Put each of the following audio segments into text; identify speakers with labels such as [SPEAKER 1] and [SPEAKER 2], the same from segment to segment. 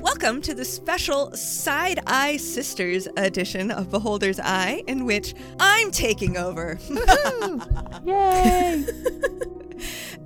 [SPEAKER 1] Welcome to the special Side Eye Sisters edition of Beholder's Eye, in which I'm taking over.
[SPEAKER 2] Yay!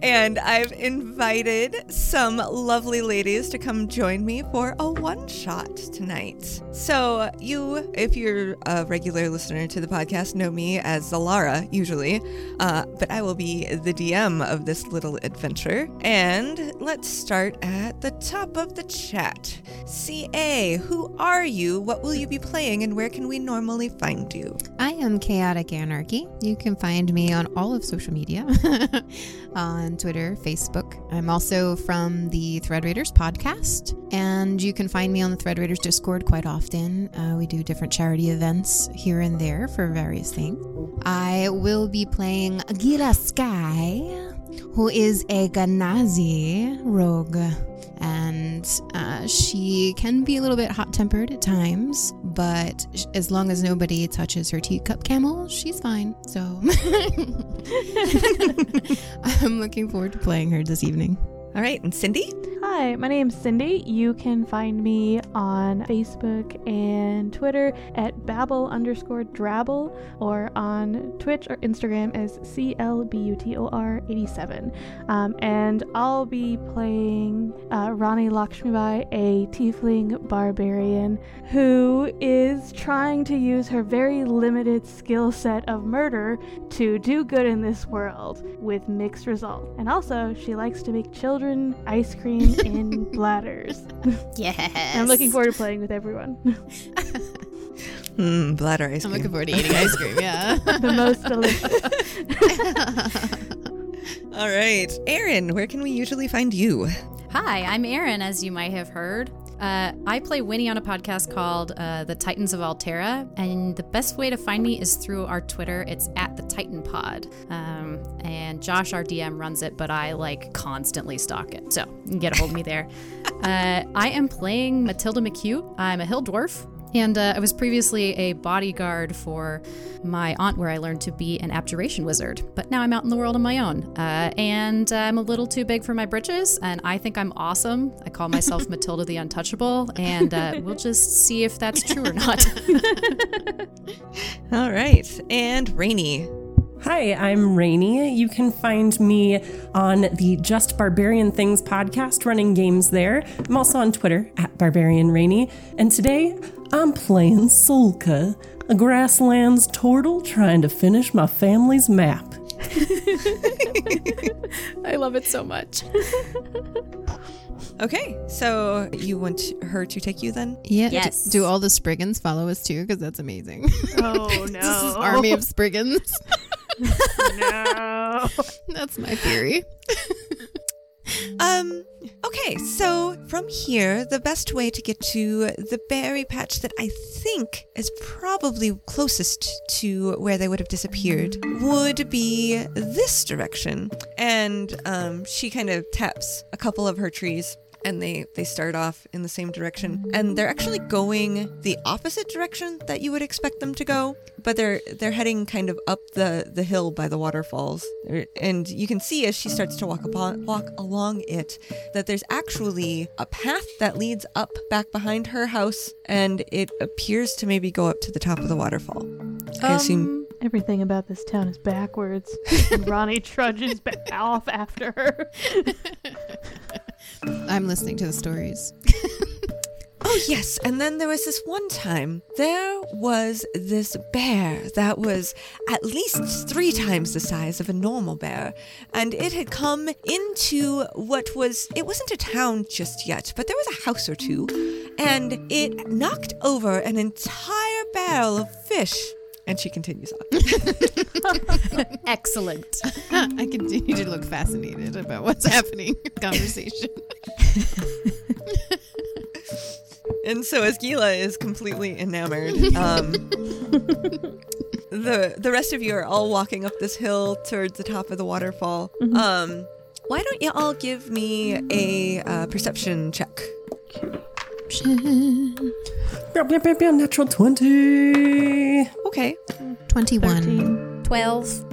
[SPEAKER 1] and I've invited some lovely ladies to come join me for a one shot tonight. So, you, if you're a regular listener to the podcast, know me as Zalara usually, uh, but I will be the DM of this little adventure. And let's start at the top of the chat. CA, who are you? What will you be playing? And where can we normally find you?
[SPEAKER 3] I am Chaotic Anarchy. You can find me on all of social media on Twitter, Facebook. I'm also from the Thread Raiders podcast, and you can find me on the Thread Raiders Discord quite often. Uh, we do different charity events here and there for various things. I will be playing Agila Sky, who is a Ganazi rogue. And uh, she can be a little bit hot tempered at times, but sh- as long as nobody touches her teacup camel, she's fine. So I'm looking forward to playing her this evening.
[SPEAKER 1] All right, and Cindy?
[SPEAKER 2] Hi, my name's Cindy. You can find me on Facebook and Twitter at Babel underscore Drabble or on Twitch or Instagram as CLBUTOR87. Um, and I'll be playing uh, Rani Lakshmibai, a tiefling barbarian who is trying to use her very limited skill set of murder to do good in this world with mixed results. And also, she likes to make children ice cream in bladders.
[SPEAKER 3] Yes.
[SPEAKER 2] And I'm looking forward to playing with everyone.
[SPEAKER 1] Hmm, bladder ice
[SPEAKER 3] I'm
[SPEAKER 1] cream.
[SPEAKER 3] looking forward to eating ice cream. Yeah.
[SPEAKER 2] the most delicious.
[SPEAKER 1] All right. Aaron, where can we usually find you?
[SPEAKER 4] Hi, I'm Erin, as you might have heard. Uh, I play Winnie on a podcast called uh, The Titans of Altera, and the best way to find me is through our Twitter. It's at the Titan Pod, um, and Josh, our DM, runs it, but I like constantly stalk it, so you can get a hold of me there. Uh, I am playing Matilda McHugh. I'm a hill dwarf. And uh, I was previously a bodyguard for my aunt, where I learned to be an abjuration wizard. But now I'm out in the world on my own. Uh, and I'm a little too big for my britches, and I think I'm awesome. I call myself Matilda the Untouchable, and uh, we'll just see if that's true or not.
[SPEAKER 1] All right. And Rainy.
[SPEAKER 5] Hi, I'm Rainey. You can find me on the Just Barbarian Things podcast, running games there. I'm also on Twitter at Barbarian Rainey. And today I'm playing Sulka, a grasslands turtle trying to finish my family's map.
[SPEAKER 4] I love it so much.
[SPEAKER 1] Okay. So you want her to take you then?
[SPEAKER 3] Yeah.
[SPEAKER 4] Yes.
[SPEAKER 3] Do, do all the Spriggans follow us too? Because that's amazing.
[SPEAKER 2] oh no!
[SPEAKER 3] this is army of Spriggans.
[SPEAKER 2] No.
[SPEAKER 3] that's my theory.
[SPEAKER 1] Um, okay. So from here, the best way to get to the berry patch that I think is probably closest to where they would have disappeared would be this direction. And um, she kind of taps a couple of her trees and they they start off in the same direction and they're actually going the opposite direction that you would expect them to go but they're they're heading kind of up the the hill by the waterfalls There- and you can see as she starts to walk upon walk along it that there's actually a path that leads up back behind her house and it appears to maybe go up to the top of the waterfall i assume
[SPEAKER 2] Everything about this town is backwards. And Ronnie trudges ba- off after her.
[SPEAKER 3] I'm listening to the stories.
[SPEAKER 1] Oh, yes. And then there was this one time, there was this bear that was at least three times the size of a normal bear. And it had come into what was, it wasn't a town just yet, but there was a house or two. And it knocked over an entire barrel of fish. And she continues on.
[SPEAKER 4] Um, Excellent.
[SPEAKER 3] I continue to look fascinated about what's happening. in the Conversation.
[SPEAKER 1] And so as Gila is completely enamored, um, the the rest of you are all walking up this hill towards the top of the waterfall. Um, why don't you all give me a uh, perception check?
[SPEAKER 5] Blah, blah, blah, blah, natural 20.
[SPEAKER 1] Okay,
[SPEAKER 3] Twenty-one.
[SPEAKER 2] 13.
[SPEAKER 4] 12.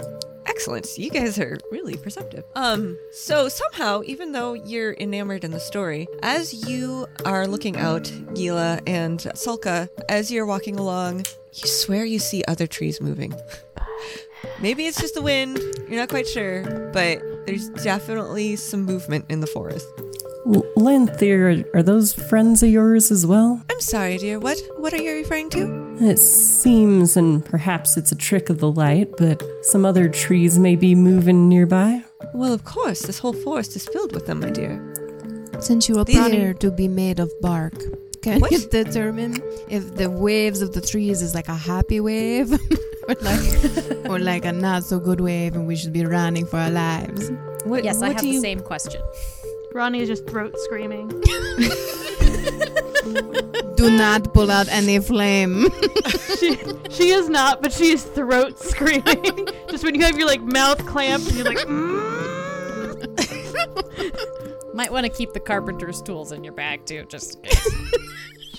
[SPEAKER 1] Excellent. You guys are really perceptive. Um, so somehow, even though you're enamored in the story, as you are looking out, Gila and Sulka, as you're walking along, you swear you see other trees moving. Maybe it's just the wind, you're not quite sure, but there's definitely some movement in the forest.
[SPEAKER 5] L- Lanthir, are those friends of yours as well?
[SPEAKER 1] I'm sorry, dear. What what are you referring to?
[SPEAKER 5] It seems, and perhaps it's a trick of the light, but some other trees may be moving nearby.
[SPEAKER 1] Well, of course, this whole forest is filled with them, my dear.
[SPEAKER 3] Since you
[SPEAKER 1] These are-
[SPEAKER 3] appear to be made of bark, can
[SPEAKER 1] What?
[SPEAKER 3] you determine if the waves of the trees is like a happy wave, or like, or like a not so good wave, and we should be running for our lives?
[SPEAKER 1] What,
[SPEAKER 4] Yes, I
[SPEAKER 1] what
[SPEAKER 4] have
[SPEAKER 1] do
[SPEAKER 4] the
[SPEAKER 1] you-
[SPEAKER 4] same question.
[SPEAKER 2] Ronnie is just throat screaming.
[SPEAKER 3] Do not pull out any flame.
[SPEAKER 2] she, she is not, but she is throat screaming. just when you have your like mouth clamped and you're like, mm.
[SPEAKER 4] Might want to keep the carpenter's tools in your bag too, just in case.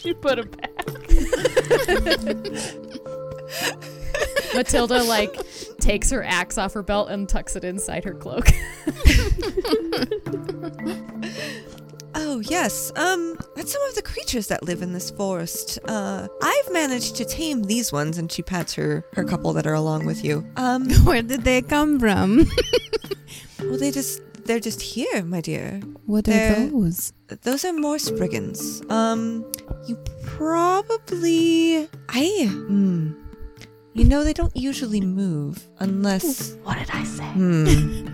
[SPEAKER 2] you put it back.
[SPEAKER 4] Matilda like takes her axe off her belt and tucks it inside her cloak.
[SPEAKER 1] Oh, yes. Um, that's some of the creatures that live in this forest. Uh, I've managed to tame these ones, and she pats her, her couple that are along with you. Um,
[SPEAKER 3] Where did they come from?
[SPEAKER 1] well, they just, they're just here, my dear.
[SPEAKER 3] What
[SPEAKER 1] They're-
[SPEAKER 3] are those?
[SPEAKER 1] Those are more brigands. Um, you probably, I, hmm. You know, they don't usually move unless,
[SPEAKER 2] What did I say?
[SPEAKER 1] hmm.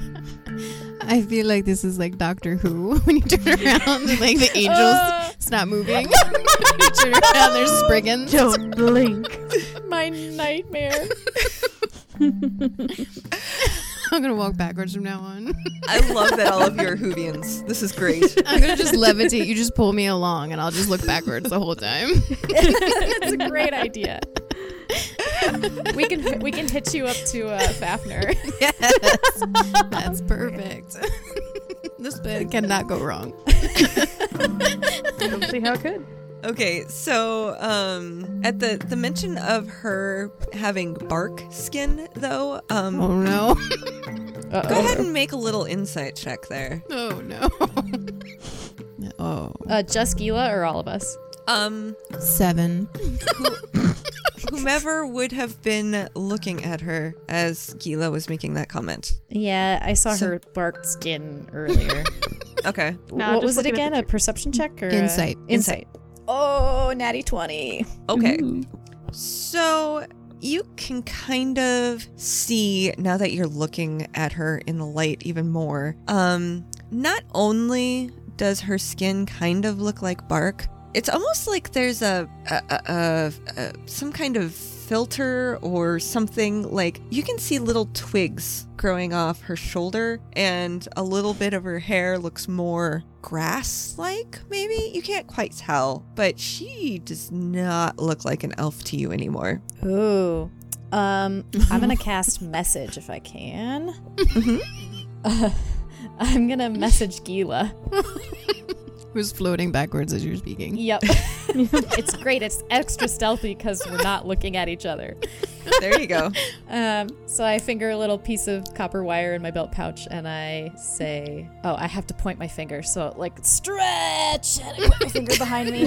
[SPEAKER 3] I feel like this is like Doctor Who when you turn around and like the angels
[SPEAKER 4] Uh,
[SPEAKER 2] Uh.
[SPEAKER 3] it's not moving. you turn around, there's Spriggans.
[SPEAKER 2] Don't blink.
[SPEAKER 4] My nightmare.
[SPEAKER 3] I'm gonna walk backwards from now on.
[SPEAKER 1] I love that all of you are Hoovians. This is great.
[SPEAKER 3] I'm gonna just levitate. You just pull me along, and I'll just look backwards the whole time.
[SPEAKER 4] That's a great idea. We can we can hit you up to uh, Fafner.
[SPEAKER 3] Yes, that's perfect. this bit cannot go wrong.
[SPEAKER 2] I don't see how it could.
[SPEAKER 1] Okay, so um, at the the mention of her having bark skin, though, um,
[SPEAKER 3] Oh no!
[SPEAKER 4] Oh,
[SPEAKER 1] go ahead and make a little insight check there.
[SPEAKER 3] Oh no! Oh,
[SPEAKER 4] Uh, just Gila or all of us?
[SPEAKER 1] Um,
[SPEAKER 3] seven.
[SPEAKER 1] whomever would have been looking at her as Gila was making that comment.
[SPEAKER 4] Yeah, I saw
[SPEAKER 1] So-
[SPEAKER 4] her barked skin earlier.
[SPEAKER 1] Okay,
[SPEAKER 2] No,
[SPEAKER 4] what
[SPEAKER 2] just
[SPEAKER 4] was it
[SPEAKER 2] looking at
[SPEAKER 4] again? A perception check or a-
[SPEAKER 3] Insight.
[SPEAKER 4] Insight. Oh, natty twenty.
[SPEAKER 1] okay. So you can kind of see now that you're looking at her in the light even more. Um, not only does her skin kind of look like bark, it's almost like there's a, a, a, a, a some kind of filter or something like you can see little twigs growing off her shoulder and a little bit of her hair looks more grass like maybe you can't quite tell but she does not look like an elf to you anymore
[SPEAKER 4] Ooh. Um, I'm gonna cast message if I can. Uh, I'm gonna message Gila.
[SPEAKER 3] Who's floating backwards as you're speaking?
[SPEAKER 4] Yep. it's great. It's extra stealthy because we're not looking at each other.
[SPEAKER 1] there you go
[SPEAKER 4] Um, so I finger a little piece of copper wire in my belt pouch and I say, Oh, I have to point my finger. So, like, stretch! And I put my finger behind me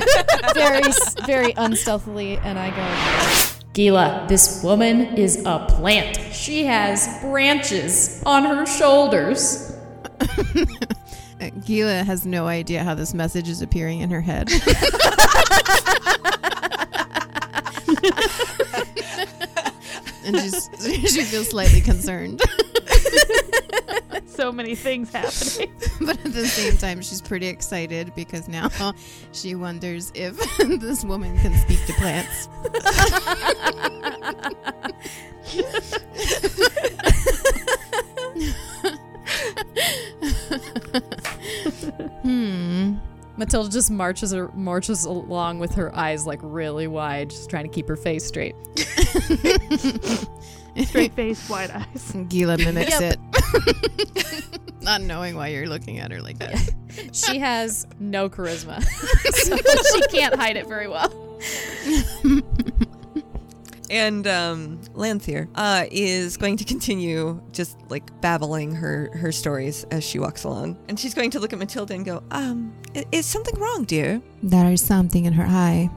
[SPEAKER 4] very, s- very unstealthily. And I go, Gila, this woman is a plant. She has branches on her shoulders.
[SPEAKER 3] Uh, Gila has no idea how this message is appearing in her head. and she's, she feels slightly concerned,
[SPEAKER 2] So many things happening.
[SPEAKER 3] but at the same time, she's pretty excited because now she wonders if this woman can speak to plants. hmm.
[SPEAKER 4] Matilda just marches her, marches along with her eyes like really wide, just trying to keep her face straight.
[SPEAKER 2] Straight face, wide eyes.
[SPEAKER 3] Gila mimics it. Not knowing why you're looking at her like that.
[SPEAKER 4] She has no charisma, so she can't hide it very well.
[SPEAKER 1] and um, Lanthier uh, is going to continue just like babbling her her stories as she walks along, and she's going to look at Matilda and go, "Um, i- is something wrong, dear?"
[SPEAKER 3] There is something in her eye.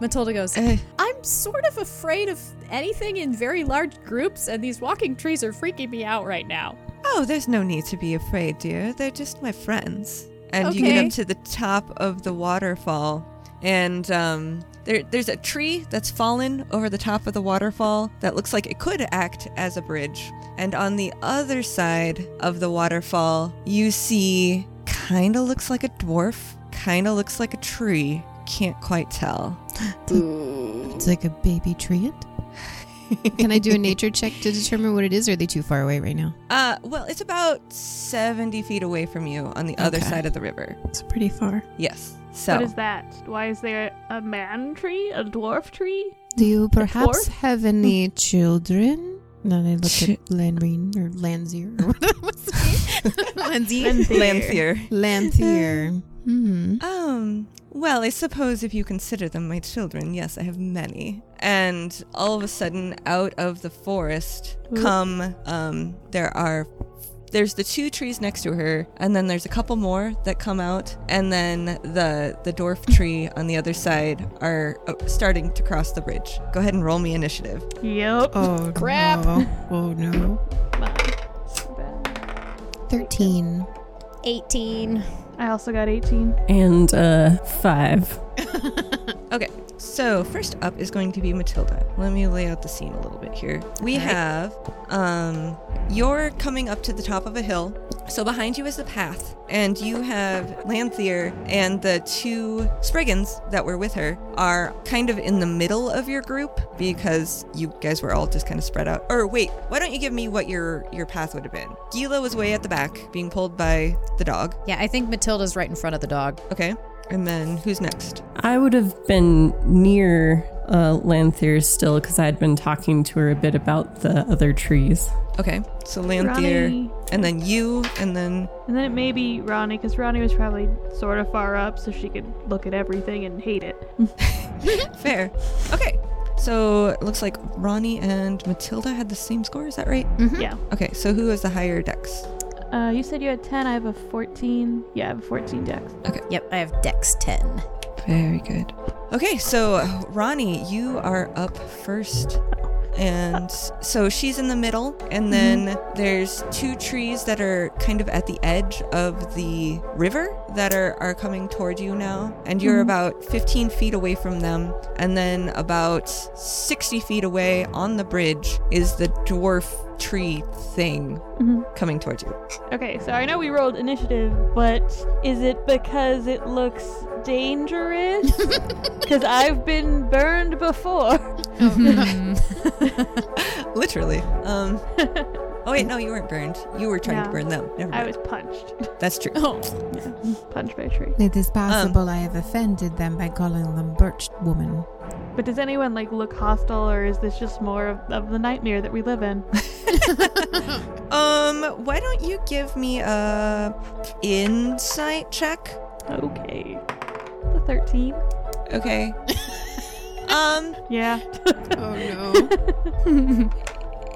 [SPEAKER 4] Matilda goes,
[SPEAKER 1] Uh,
[SPEAKER 4] I'm sort of afraid of anything in very large groups, and these walking trees are freaking me out right now.
[SPEAKER 1] oh, there's no need to be afraid, dear. They're just my friends. And you get
[SPEAKER 4] Okay.
[SPEAKER 1] up to the top of the waterfall, and um, there there's a tree that's fallen over the top of the waterfall that looks like it could act as a bridge. And on the other side of the waterfall, you see kind of looks like a dwarf, kind of looks like a tree. Can't quite tell.
[SPEAKER 3] It's like a baby treant. Can I do a nature check to determine what it is? Or are they too far away right now?
[SPEAKER 1] Uh, well, it's about 70 feet away from you on the other
[SPEAKER 3] Okay.
[SPEAKER 1] side of the river.
[SPEAKER 3] It's pretty far.
[SPEAKER 1] Yes. So
[SPEAKER 2] What is that? Why is there a man tree? A dwarf tree?
[SPEAKER 3] Do you
[SPEAKER 2] dwarf?
[SPEAKER 3] perhaps have any children? Then I look
[SPEAKER 1] Chi-
[SPEAKER 3] at Lanrine or Lanzier. What's the name?
[SPEAKER 2] Lanthier.
[SPEAKER 1] Lanthier.
[SPEAKER 3] Lanthier. Hmm.
[SPEAKER 1] Um, well, I suppose if you consider them my children, yes, I have many. And all of a sudden, out of the forest
[SPEAKER 2] Ooh.
[SPEAKER 1] come, um, there are. There's the two trees next to her, and then there's a couple more that come out, and then the the dwarf tree on the other side are uh, starting to cross the bridge. Go ahead and roll me initiative.
[SPEAKER 2] Yep.
[SPEAKER 3] Oh,
[SPEAKER 4] Crap.
[SPEAKER 3] No. Oh, no. 13.
[SPEAKER 4] 18.
[SPEAKER 2] I also got 18.
[SPEAKER 5] And uh, five.
[SPEAKER 1] Okay, so first up is going to be Matilda. Let me lay out the scene a little bit here. We
[SPEAKER 3] Okay.
[SPEAKER 1] have, um, you're coming up to the top of a hill. So behind you is the path, and you have Lanthier and the two Spriggans that were with her are kind of in the middle of your group because you guys were all just kind of spread out. Or wait, why don't you give me what your your path would have been? Gila was way at the back, being pulled by the dog.
[SPEAKER 4] Yeah, I think Matilda's right in front of the dog.
[SPEAKER 1] Okay, and then who's next?
[SPEAKER 5] I would have been near uh, Lanthier still because I had been talking to her a bit about the other trees.
[SPEAKER 1] Okay, so Lanthier.
[SPEAKER 2] Ronnie.
[SPEAKER 1] and then you, and then
[SPEAKER 2] And then it may be Ronnie, because Ronnie was probably sort of far up, so she could look at everything and hate it.
[SPEAKER 1] fair. Okay. So it looks like Ronnie and Matilda had the same score. Is that right?
[SPEAKER 4] Mm-hmm.
[SPEAKER 2] Yeah.
[SPEAKER 1] Okay. So who has the higher dex?
[SPEAKER 2] Uh, you said you had 10. I have a 14. Yeah, I have a 14 dex.
[SPEAKER 4] Yep, I have Dex 10.
[SPEAKER 1] Very good. Okay. So uh, Ronnie, you are up first. And so she's in the middle, and then there's two trees that are kind of at the edge of the river that are, are coming toward you now. And you're about 15 feet away from them. And then about 60 feet away on the bridge is the dwarf tree thing coming towards you.
[SPEAKER 2] Okay, so I know we rolled initiative, but is it because it looks dangerous? Because I've been burned before.
[SPEAKER 1] Literally. Um, oh, wait, no, you weren't burned. You were trying to
[SPEAKER 2] No.
[SPEAKER 1] burn them. Never
[SPEAKER 2] I
[SPEAKER 1] mind.
[SPEAKER 2] was punched.
[SPEAKER 1] That's true.
[SPEAKER 2] punched by a tree.
[SPEAKER 3] It is possible I have offended them by calling them birch woman.
[SPEAKER 2] But does anyone like look hostile, or is this just more of, of the nightmare that we live in?
[SPEAKER 1] Um, why don't you give me a insight check?
[SPEAKER 2] Okay, the thirteen.
[SPEAKER 1] Okay. um,
[SPEAKER 2] Yeah.
[SPEAKER 3] Oh, no.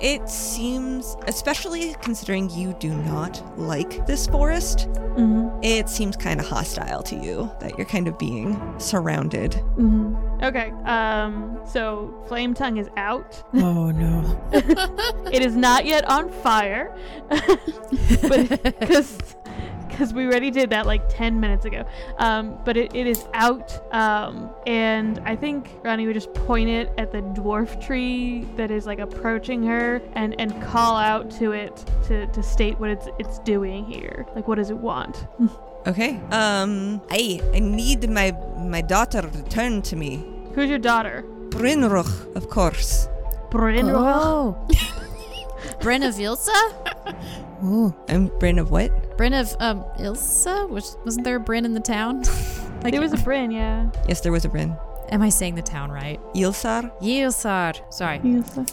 [SPEAKER 1] it seems, especially considering you do not like this forest,
[SPEAKER 2] hmm
[SPEAKER 1] it seems kind of hostile to you that you're kind of being surrounded.
[SPEAKER 2] hmm Okay. Um. So flame tongue is out.
[SPEAKER 3] oh, no.
[SPEAKER 2] It is not yet on fire, but because because we already did that like ten minutes ago. Um. But it, it is out. Um. And I think Ronnie would just point it at the dwarf tree that is like approaching her, and and call out to it to to state what it's it's doing here. Like what does it want?
[SPEAKER 1] Okay. Um, I I need my my daughter returned to me.
[SPEAKER 2] Who's your daughter?
[SPEAKER 1] Brynruch, of course.
[SPEAKER 2] Brynroth.
[SPEAKER 4] Bren of Ilsa?
[SPEAKER 3] Oh,
[SPEAKER 1] And Um, Bryn of what?
[SPEAKER 4] Bren of um, Ilsa? Which, wasn't there a Bren in the town? like,
[SPEAKER 2] There was a Bryn, yeah.
[SPEAKER 1] Yes, there was a Bryn.
[SPEAKER 4] am I saying the town right?
[SPEAKER 1] Ilsar.
[SPEAKER 4] Yilsar. Sorry,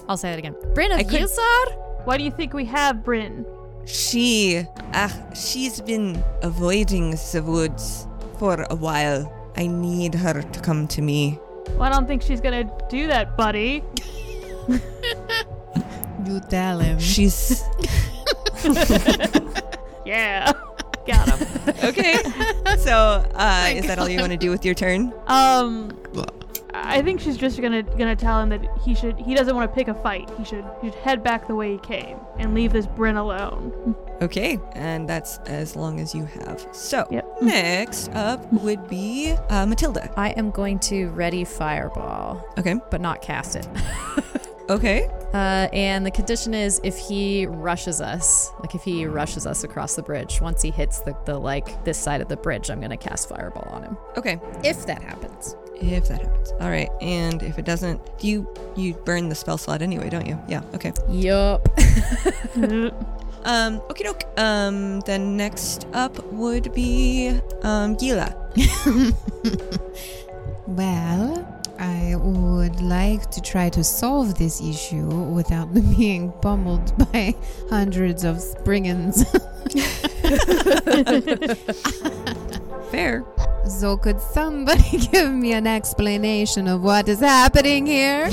[SPEAKER 4] I'll say it again. Bren
[SPEAKER 1] I
[SPEAKER 4] of
[SPEAKER 1] could-
[SPEAKER 4] Yilsar?
[SPEAKER 2] Why do you think we have Bryn?
[SPEAKER 1] She, ah, she's been avoiding the woods for a while. I need her to come to me.
[SPEAKER 2] Well, I don't think she's gonna do that, buddy.
[SPEAKER 3] You tell him.
[SPEAKER 1] She's
[SPEAKER 2] Yeah. Got him.
[SPEAKER 1] okay. So, uh, is that all you want to do with your turn?
[SPEAKER 2] Um, I think she's just gonna gonna tell him that he should he doesn't want to pick a fight. He should he should head back the way he came and leave this Bryn alone.
[SPEAKER 1] Okay, and that's as long as you have. So,
[SPEAKER 2] Yep.
[SPEAKER 1] next up would be uh, Matilda.
[SPEAKER 4] I am going to ready fireball,
[SPEAKER 1] Okay.
[SPEAKER 4] but not cast it.
[SPEAKER 1] Okay.
[SPEAKER 4] Uh, and the condition is if he rushes us, like if he rushes us across the bridge, once he hits the, the like this side of the bridge, I'm gonna cast fireball on him.
[SPEAKER 1] Okay.
[SPEAKER 4] If that happens.
[SPEAKER 1] If that happens. All right. And if it doesn't, you you burn the spell slot anyway, don't you? Yeah. Okay.
[SPEAKER 4] Yup.
[SPEAKER 1] Um. Okay. doke. Um. Then next up would be um Gila.
[SPEAKER 3] Well, I would like to try to solve this issue without being pummeled by hundreds of springins.
[SPEAKER 1] Fair.
[SPEAKER 3] so, could somebody give me an explanation of what is happening here?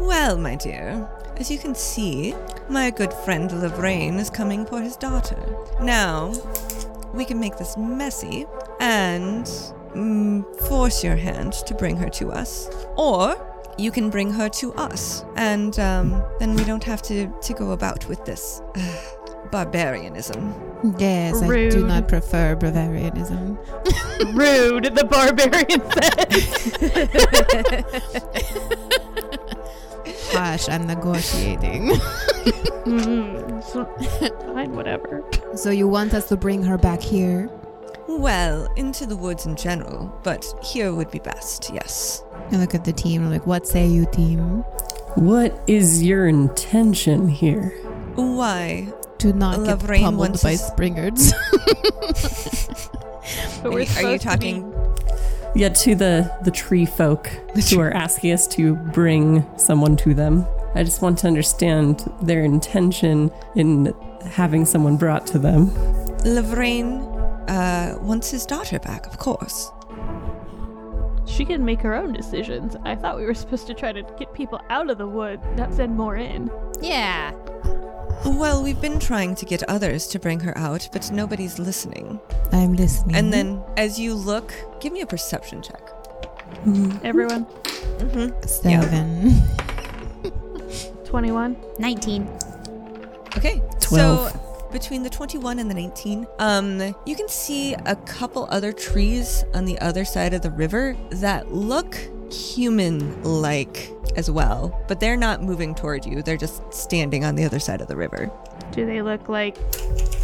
[SPEAKER 1] Well, my dear, as you can see, my good friend Lorraine is coming for his daughter. Now, we can make this messy and mm, force your hand to bring her to us, or you can bring her to us, and um, then we don't have to, to go about with this barbarianism.
[SPEAKER 3] Yes, I do
[SPEAKER 2] Rude.
[SPEAKER 3] not prefer Bavarianism.
[SPEAKER 2] Rude, the barbarian said.
[SPEAKER 3] Hush, I'm negotiating.
[SPEAKER 2] Mm, so- fine, whatever.
[SPEAKER 3] so, you want us to bring her back here?
[SPEAKER 1] Well, into the woods in general, but here would be best, yes.
[SPEAKER 3] I look at the team, I'm like, what say you, team?
[SPEAKER 5] What is your intention here?
[SPEAKER 1] Why?
[SPEAKER 3] Do not get
[SPEAKER 1] Lorraine
[SPEAKER 3] pummeled
[SPEAKER 1] wants
[SPEAKER 3] by
[SPEAKER 1] us-
[SPEAKER 3] springards.
[SPEAKER 2] But
[SPEAKER 1] Are
[SPEAKER 2] we're
[SPEAKER 1] you- are you
[SPEAKER 2] supposed to be-
[SPEAKER 1] talking
[SPEAKER 5] Yeah, to the the tree folk who are asking us to bring someone to them. I just want to understand their intention in having someone brought to them.
[SPEAKER 1] Lorraine uh, wants his daughter back, of course.
[SPEAKER 2] she can make her own decisions. I thought we were supposed to try to get people out of the wood, not send more in.
[SPEAKER 4] Yeah.
[SPEAKER 1] Well, we've been trying to get others to bring her out, but nobody's listening.
[SPEAKER 3] I'm listening.
[SPEAKER 2] Mm-hmm.
[SPEAKER 1] And then, as you look, give me a perception check.
[SPEAKER 2] Everyone,
[SPEAKER 3] seven.
[SPEAKER 2] twenty-one.
[SPEAKER 4] 19.
[SPEAKER 1] Okay.
[SPEAKER 5] Twelve.
[SPEAKER 1] So between the 21 and the 19, um, you can see a couple other trees on the other side of the river that look human-like as well, but they're not moving toward you. They're just standing on the other side of the river.
[SPEAKER 2] Do they look like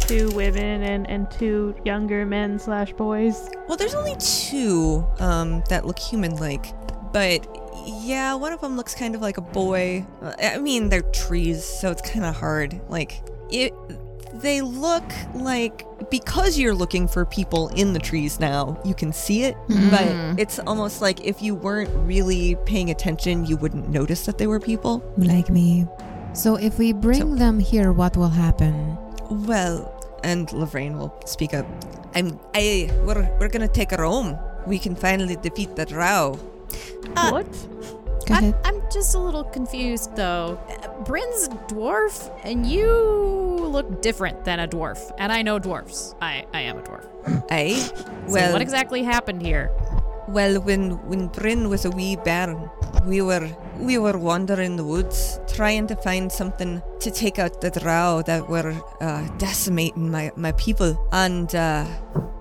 [SPEAKER 2] two women and, and two younger men slash boys?
[SPEAKER 1] Well, there's only two um, that look human-like, but yeah, one of them looks kind of like a boy. Uh, I mean, they're trees, so it's kind of hard. Like it, they look like because you're looking for people in the trees now, you can see it, but it's almost like if you weren't really paying attention, you wouldn't notice that they were people.
[SPEAKER 3] like me. So if we bring
[SPEAKER 1] So-
[SPEAKER 3] them here, what will happen?
[SPEAKER 1] Well, and Lorraine will speak up. I'm. I. We're. We're gonna take her home. We can finally defeat the drow.
[SPEAKER 4] Uh,
[SPEAKER 2] what?
[SPEAKER 3] Go
[SPEAKER 4] I'm,
[SPEAKER 3] ahead.
[SPEAKER 4] I'm just a little confused though. Uh, Bryn's dwarf, and you look different than a dwarf. And I know dwarfs. I, I am a dwarf.
[SPEAKER 1] Aye.
[SPEAKER 4] So what exactly happened here?
[SPEAKER 1] Well, when when Bryn was a wee bairn, we were we were wandering the woods trying to find something to take out the drow that were uh, decimating my my people, and uh,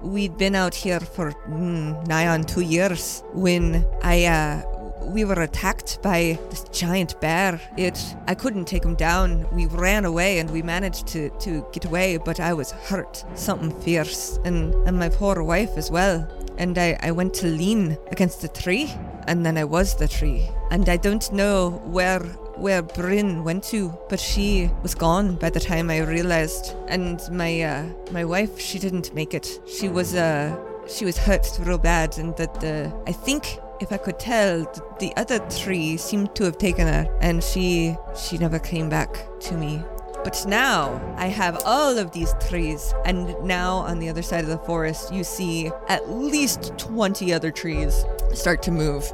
[SPEAKER 1] we'd been out here for mm, nigh on two years when I. Uh, we were attacked by this giant bear. It I couldn't take him down. We ran away and we managed to, to get away, but I was hurt. Something fierce and, and my poor wife as well. And I, I went to lean against the tree and then I was the tree. And I don't know where where Bryn went to, but she was gone by the time I realized. And my uh, my wife, she didn't make it. She was uh she was hurt real bad, and that the I think if I could tell, th- the other tree seemed to have taken her, and she she never came back to me. But now I have all of these trees, and now on the other side of the forest, you see at least 20 other trees start to move.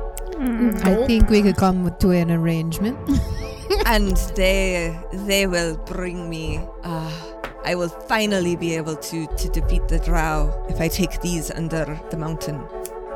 [SPEAKER 3] I think we could come to an arrangement.
[SPEAKER 1] and they they will bring me. Uh, I will finally be able to to defeat the drow if I take these under the mountain.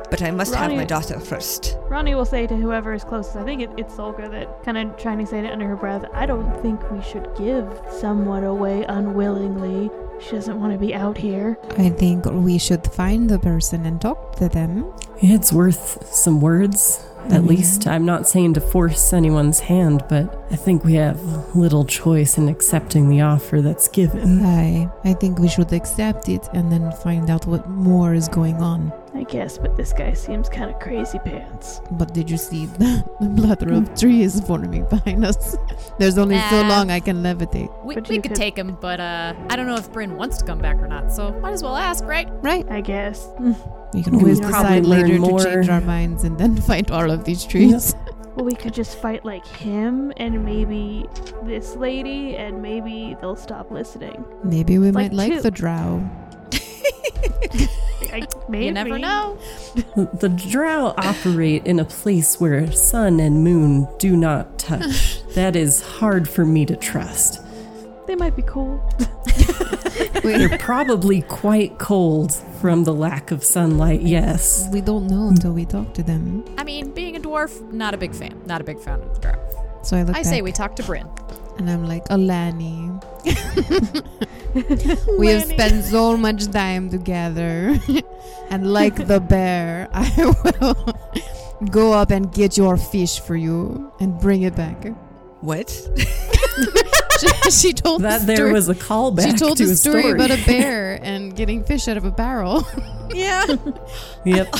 [SPEAKER 1] But I must have my
[SPEAKER 2] Ronnie-
[SPEAKER 1] daughter first.
[SPEAKER 2] Ronnie will say to whoever is closest, I think it, it's Solga that kind of trying to say it under her breath, I don't think we should give someone away unwillingly. She doesn't want to be out here.
[SPEAKER 3] I think we should find the person and talk to them.
[SPEAKER 5] It's worth some words, at
[SPEAKER 3] Mm-hmm.
[SPEAKER 5] least. I'm not saying to force anyone's hand, but I think we have little choice in accepting the offer that's given.
[SPEAKER 3] I, I think we should accept it and then find out what more is going on.
[SPEAKER 2] I guess, but this guy seems kind of crazy pants.
[SPEAKER 3] But did you see the, the bladder of trees forming behind us? There's only so
[SPEAKER 4] Ah.
[SPEAKER 3] long I can levitate.
[SPEAKER 4] We,
[SPEAKER 2] But
[SPEAKER 4] we
[SPEAKER 2] you
[SPEAKER 4] could
[SPEAKER 2] could-
[SPEAKER 4] take him, but uh, I don't know if Bryn wants to come back or not, so might as well ask, right?
[SPEAKER 3] Right.
[SPEAKER 2] I guess.
[SPEAKER 3] We can
[SPEAKER 5] We
[SPEAKER 3] always
[SPEAKER 5] could
[SPEAKER 3] decide
[SPEAKER 5] probably learn
[SPEAKER 3] later
[SPEAKER 5] more.
[SPEAKER 3] to change our minds and then fight all of these trees.
[SPEAKER 2] Well, we could just fight like him and maybe this lady, and maybe they'll stop listening.
[SPEAKER 3] Maybe we
[SPEAKER 2] Like
[SPEAKER 3] might like
[SPEAKER 2] two.
[SPEAKER 3] the drow.
[SPEAKER 2] I, maybe.
[SPEAKER 4] You never know.
[SPEAKER 5] The drow operate in a place where sun and moon do not touch. that is hard for me to trust.
[SPEAKER 2] They might be cool.
[SPEAKER 3] we,
[SPEAKER 5] They're probably quite cold from the lack of sunlight, yes.
[SPEAKER 3] we don't
[SPEAKER 5] Mm.
[SPEAKER 3] know until we talk to them.
[SPEAKER 4] I mean, being a dwarf, not a big fan. Not a big fan of the drow.
[SPEAKER 3] So I look
[SPEAKER 4] I say
[SPEAKER 3] back
[SPEAKER 4] we talk to Bryn.
[SPEAKER 3] and I'm like, Alani. we have
[SPEAKER 2] Alani.
[SPEAKER 3] spent so much time together. and like the bear, I will go up and get your fish for you and bring it back.
[SPEAKER 1] What?
[SPEAKER 3] she, she told a
[SPEAKER 5] That there
[SPEAKER 3] story-
[SPEAKER 5] was a callback
[SPEAKER 3] she told
[SPEAKER 5] to
[SPEAKER 3] a story, about
[SPEAKER 5] a-
[SPEAKER 3] a bear and getting fish out of a barrel.
[SPEAKER 1] Yeah.
[SPEAKER 5] yep.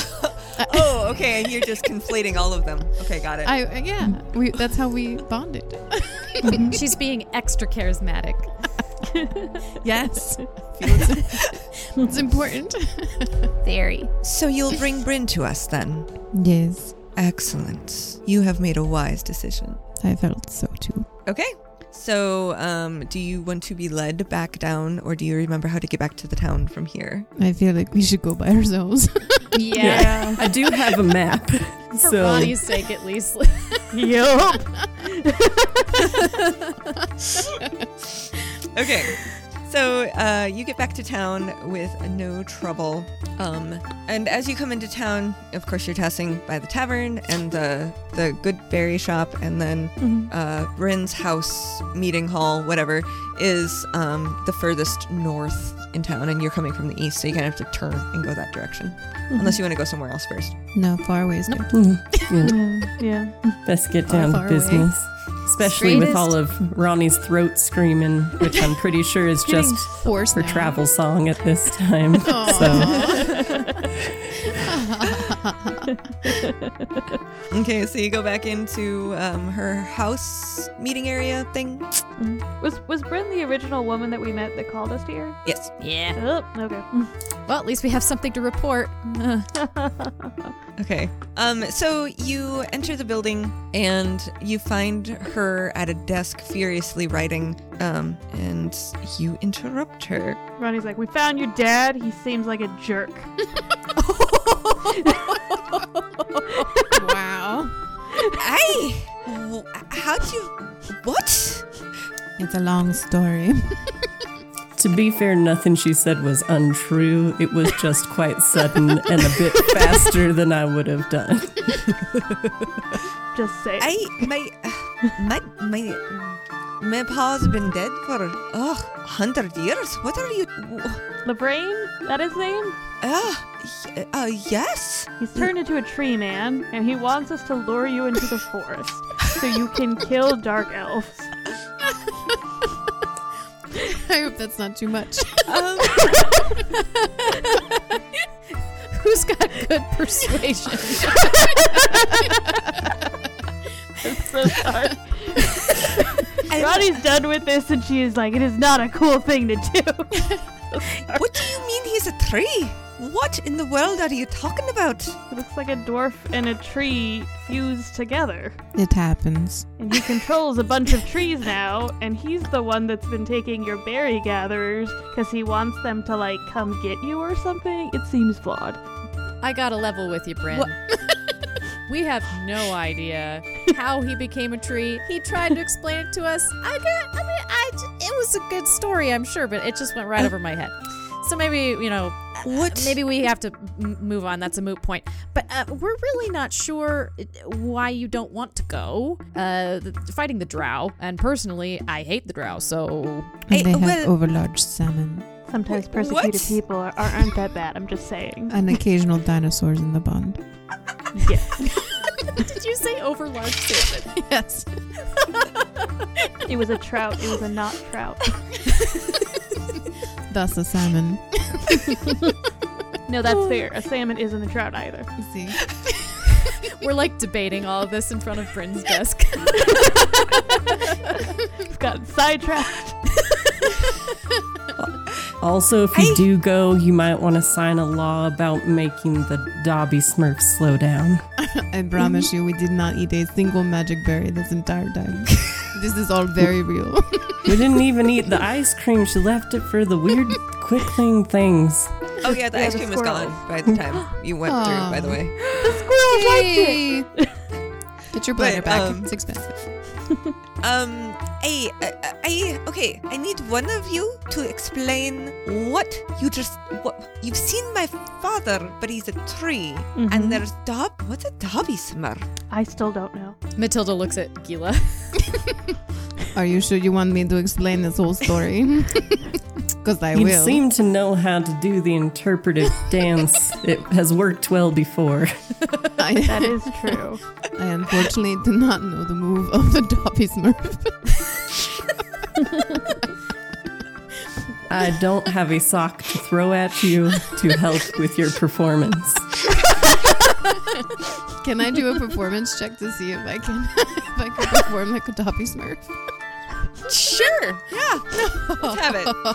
[SPEAKER 1] oh, okay. And you're just conflating all of them. Okay, got it.
[SPEAKER 3] I uh, yeah, we that's how we bonded.
[SPEAKER 4] She's being extra charismatic.
[SPEAKER 3] Yes, it's important.
[SPEAKER 4] Very.
[SPEAKER 1] so you'll bring Bryn to us then.
[SPEAKER 3] Yes,
[SPEAKER 1] Excellent. You have made a wise decision.
[SPEAKER 3] I felt so too.
[SPEAKER 1] Okay. So, um, do you want to be led back down, or do you remember how to get back to the town from here?
[SPEAKER 3] I feel like we should go by ourselves.
[SPEAKER 4] Yeah.
[SPEAKER 5] I do have a map.
[SPEAKER 4] For
[SPEAKER 5] so
[SPEAKER 4] Ronnie's sake, at least.
[SPEAKER 2] Yup.
[SPEAKER 1] Okay. So uh, you get back to town with no trouble. Um, and as you come into town, of course, you're passing by the tavern and the the good berry shop, and then uh, Bryn's house, meeting hall, whatever, is um, the furthest north in town, and you're coming from the east, so you kind of have to turn and go that direction, unless you want to go somewhere else first.
[SPEAKER 3] no, far ways. Nope.
[SPEAKER 5] Hmm.
[SPEAKER 2] yeah, yeah.
[SPEAKER 5] Let's get down
[SPEAKER 3] far
[SPEAKER 5] to
[SPEAKER 3] away.
[SPEAKER 5] business. Especially with
[SPEAKER 4] Straightest-
[SPEAKER 5] all of Ronnie's throat screaming, which I'm pretty sure is just
[SPEAKER 3] Forced
[SPEAKER 5] her
[SPEAKER 3] now.
[SPEAKER 5] travel song at this time. so
[SPEAKER 1] Okay, so you go back into um, her house meeting area thing.
[SPEAKER 2] Was was Bryn the original woman that we met that called us here?
[SPEAKER 1] Yes.
[SPEAKER 4] yeah.
[SPEAKER 2] Oh, okay.
[SPEAKER 4] Well, at least we have something to report. Ugh.
[SPEAKER 1] Okay. Um, so you enter the building and you find her at a desk furiously writing, um, and you interrupt her.
[SPEAKER 2] Ronnie's like, we found your dad. He seems like a jerk.
[SPEAKER 3] wow,
[SPEAKER 1] I. w- How'd you. What?
[SPEAKER 3] it's a long story.
[SPEAKER 5] to be fair, nothing she said was untrue. It was just quite sudden and a bit faster than I would have done.
[SPEAKER 2] Just say.
[SPEAKER 1] I. My. My. My. My pa's been dead for. Ugh. 100 years? What are you. w-
[SPEAKER 2] Lebrain, that his name?
[SPEAKER 1] Uh, y- uh, yes?
[SPEAKER 2] He's turned into a tree man, and he wants us to lure you into the forest so you can kill dark elves.
[SPEAKER 3] I hope that's not too much.
[SPEAKER 1] Um,
[SPEAKER 4] Who's got good persuasion?
[SPEAKER 2] I'm so sorry. Ronnie's done with this, and she is like, it is not a cool thing to do.
[SPEAKER 1] what do you mean he's a tree? What in the world are you talking about?
[SPEAKER 2] It looks like a dwarf and a tree fused together.
[SPEAKER 3] It happens.
[SPEAKER 2] And he controls a bunch of trees now, and he's the one that's been taking your berry gatherers because he wants them to, like, come get you or something. It seems flawed.
[SPEAKER 4] I got a level with you, Bryn. We have no idea how he became a tree. He tried to explain it to us. I got, I mean, I, j- it was a good story, I'm sure, but it just went right over my head. So maybe, you know,
[SPEAKER 1] What?
[SPEAKER 4] maybe we have to m- move on. That's a moot point. But uh, we're really not sure why you don't want to go uh, the, fighting the drow. And personally, I hate the drow, so
[SPEAKER 1] I-
[SPEAKER 3] they have
[SPEAKER 1] well-
[SPEAKER 3] overlarge salmon
[SPEAKER 2] Sometimes
[SPEAKER 1] Wh-
[SPEAKER 2] persecuted
[SPEAKER 1] what?
[SPEAKER 2] people are, are, aren't that bad. I'm just saying.
[SPEAKER 3] and occasional dinosaurs in the pond.
[SPEAKER 4] Did you say overlarge salmon?
[SPEAKER 3] Yes.
[SPEAKER 2] It was a trout. It was a not trout.
[SPEAKER 3] That's a salmon.
[SPEAKER 2] No, that's fair. A salmon isn't a trout either.
[SPEAKER 3] See?
[SPEAKER 4] We're like debating all of this in front of Bryn's desk.
[SPEAKER 2] We've gotten sidetracked.
[SPEAKER 5] Also, if you
[SPEAKER 1] I-
[SPEAKER 5] do go, you might want to sign a law about making the Dobby Smurf slow down.
[SPEAKER 3] I promise you, we did not eat a single magic berry this entire time. this is all very real.
[SPEAKER 5] We didn't even eat the ice cream. She left it for the weird quickling things.
[SPEAKER 1] Oh yeah, the
[SPEAKER 2] Yeah,
[SPEAKER 1] ice
[SPEAKER 2] the
[SPEAKER 1] cream was
[SPEAKER 2] squirrel.
[SPEAKER 1] gone by the time you went through. By the way,
[SPEAKER 3] Yay! Get your bladder
[SPEAKER 1] But,
[SPEAKER 3] back.
[SPEAKER 1] um,
[SPEAKER 3] it's expensive. Ah.
[SPEAKER 1] um, I, I, I, okay, I need one of you to explain what you just what you've seen my father, but he's a tree,
[SPEAKER 3] Mm-hmm.
[SPEAKER 1] and there's Dob. What's a Dobby smurf?
[SPEAKER 2] I still don't know.
[SPEAKER 4] Matilda looks at Gila.
[SPEAKER 3] Are you sure you want me to explain this whole story? Because I
[SPEAKER 5] you
[SPEAKER 3] will.
[SPEAKER 5] seem to know how to do the interpretive dance. It has worked well before.
[SPEAKER 3] I,
[SPEAKER 2] That is true.
[SPEAKER 3] I unfortunately do not know the move of the Dobby Smurf.
[SPEAKER 5] I don't have a sock to throw at you to help with your performance.
[SPEAKER 3] Can I do a performance check to see if I can if I can perform like a Dobby Smurf?
[SPEAKER 1] Sure, yeah, let's have it.
[SPEAKER 3] Oh,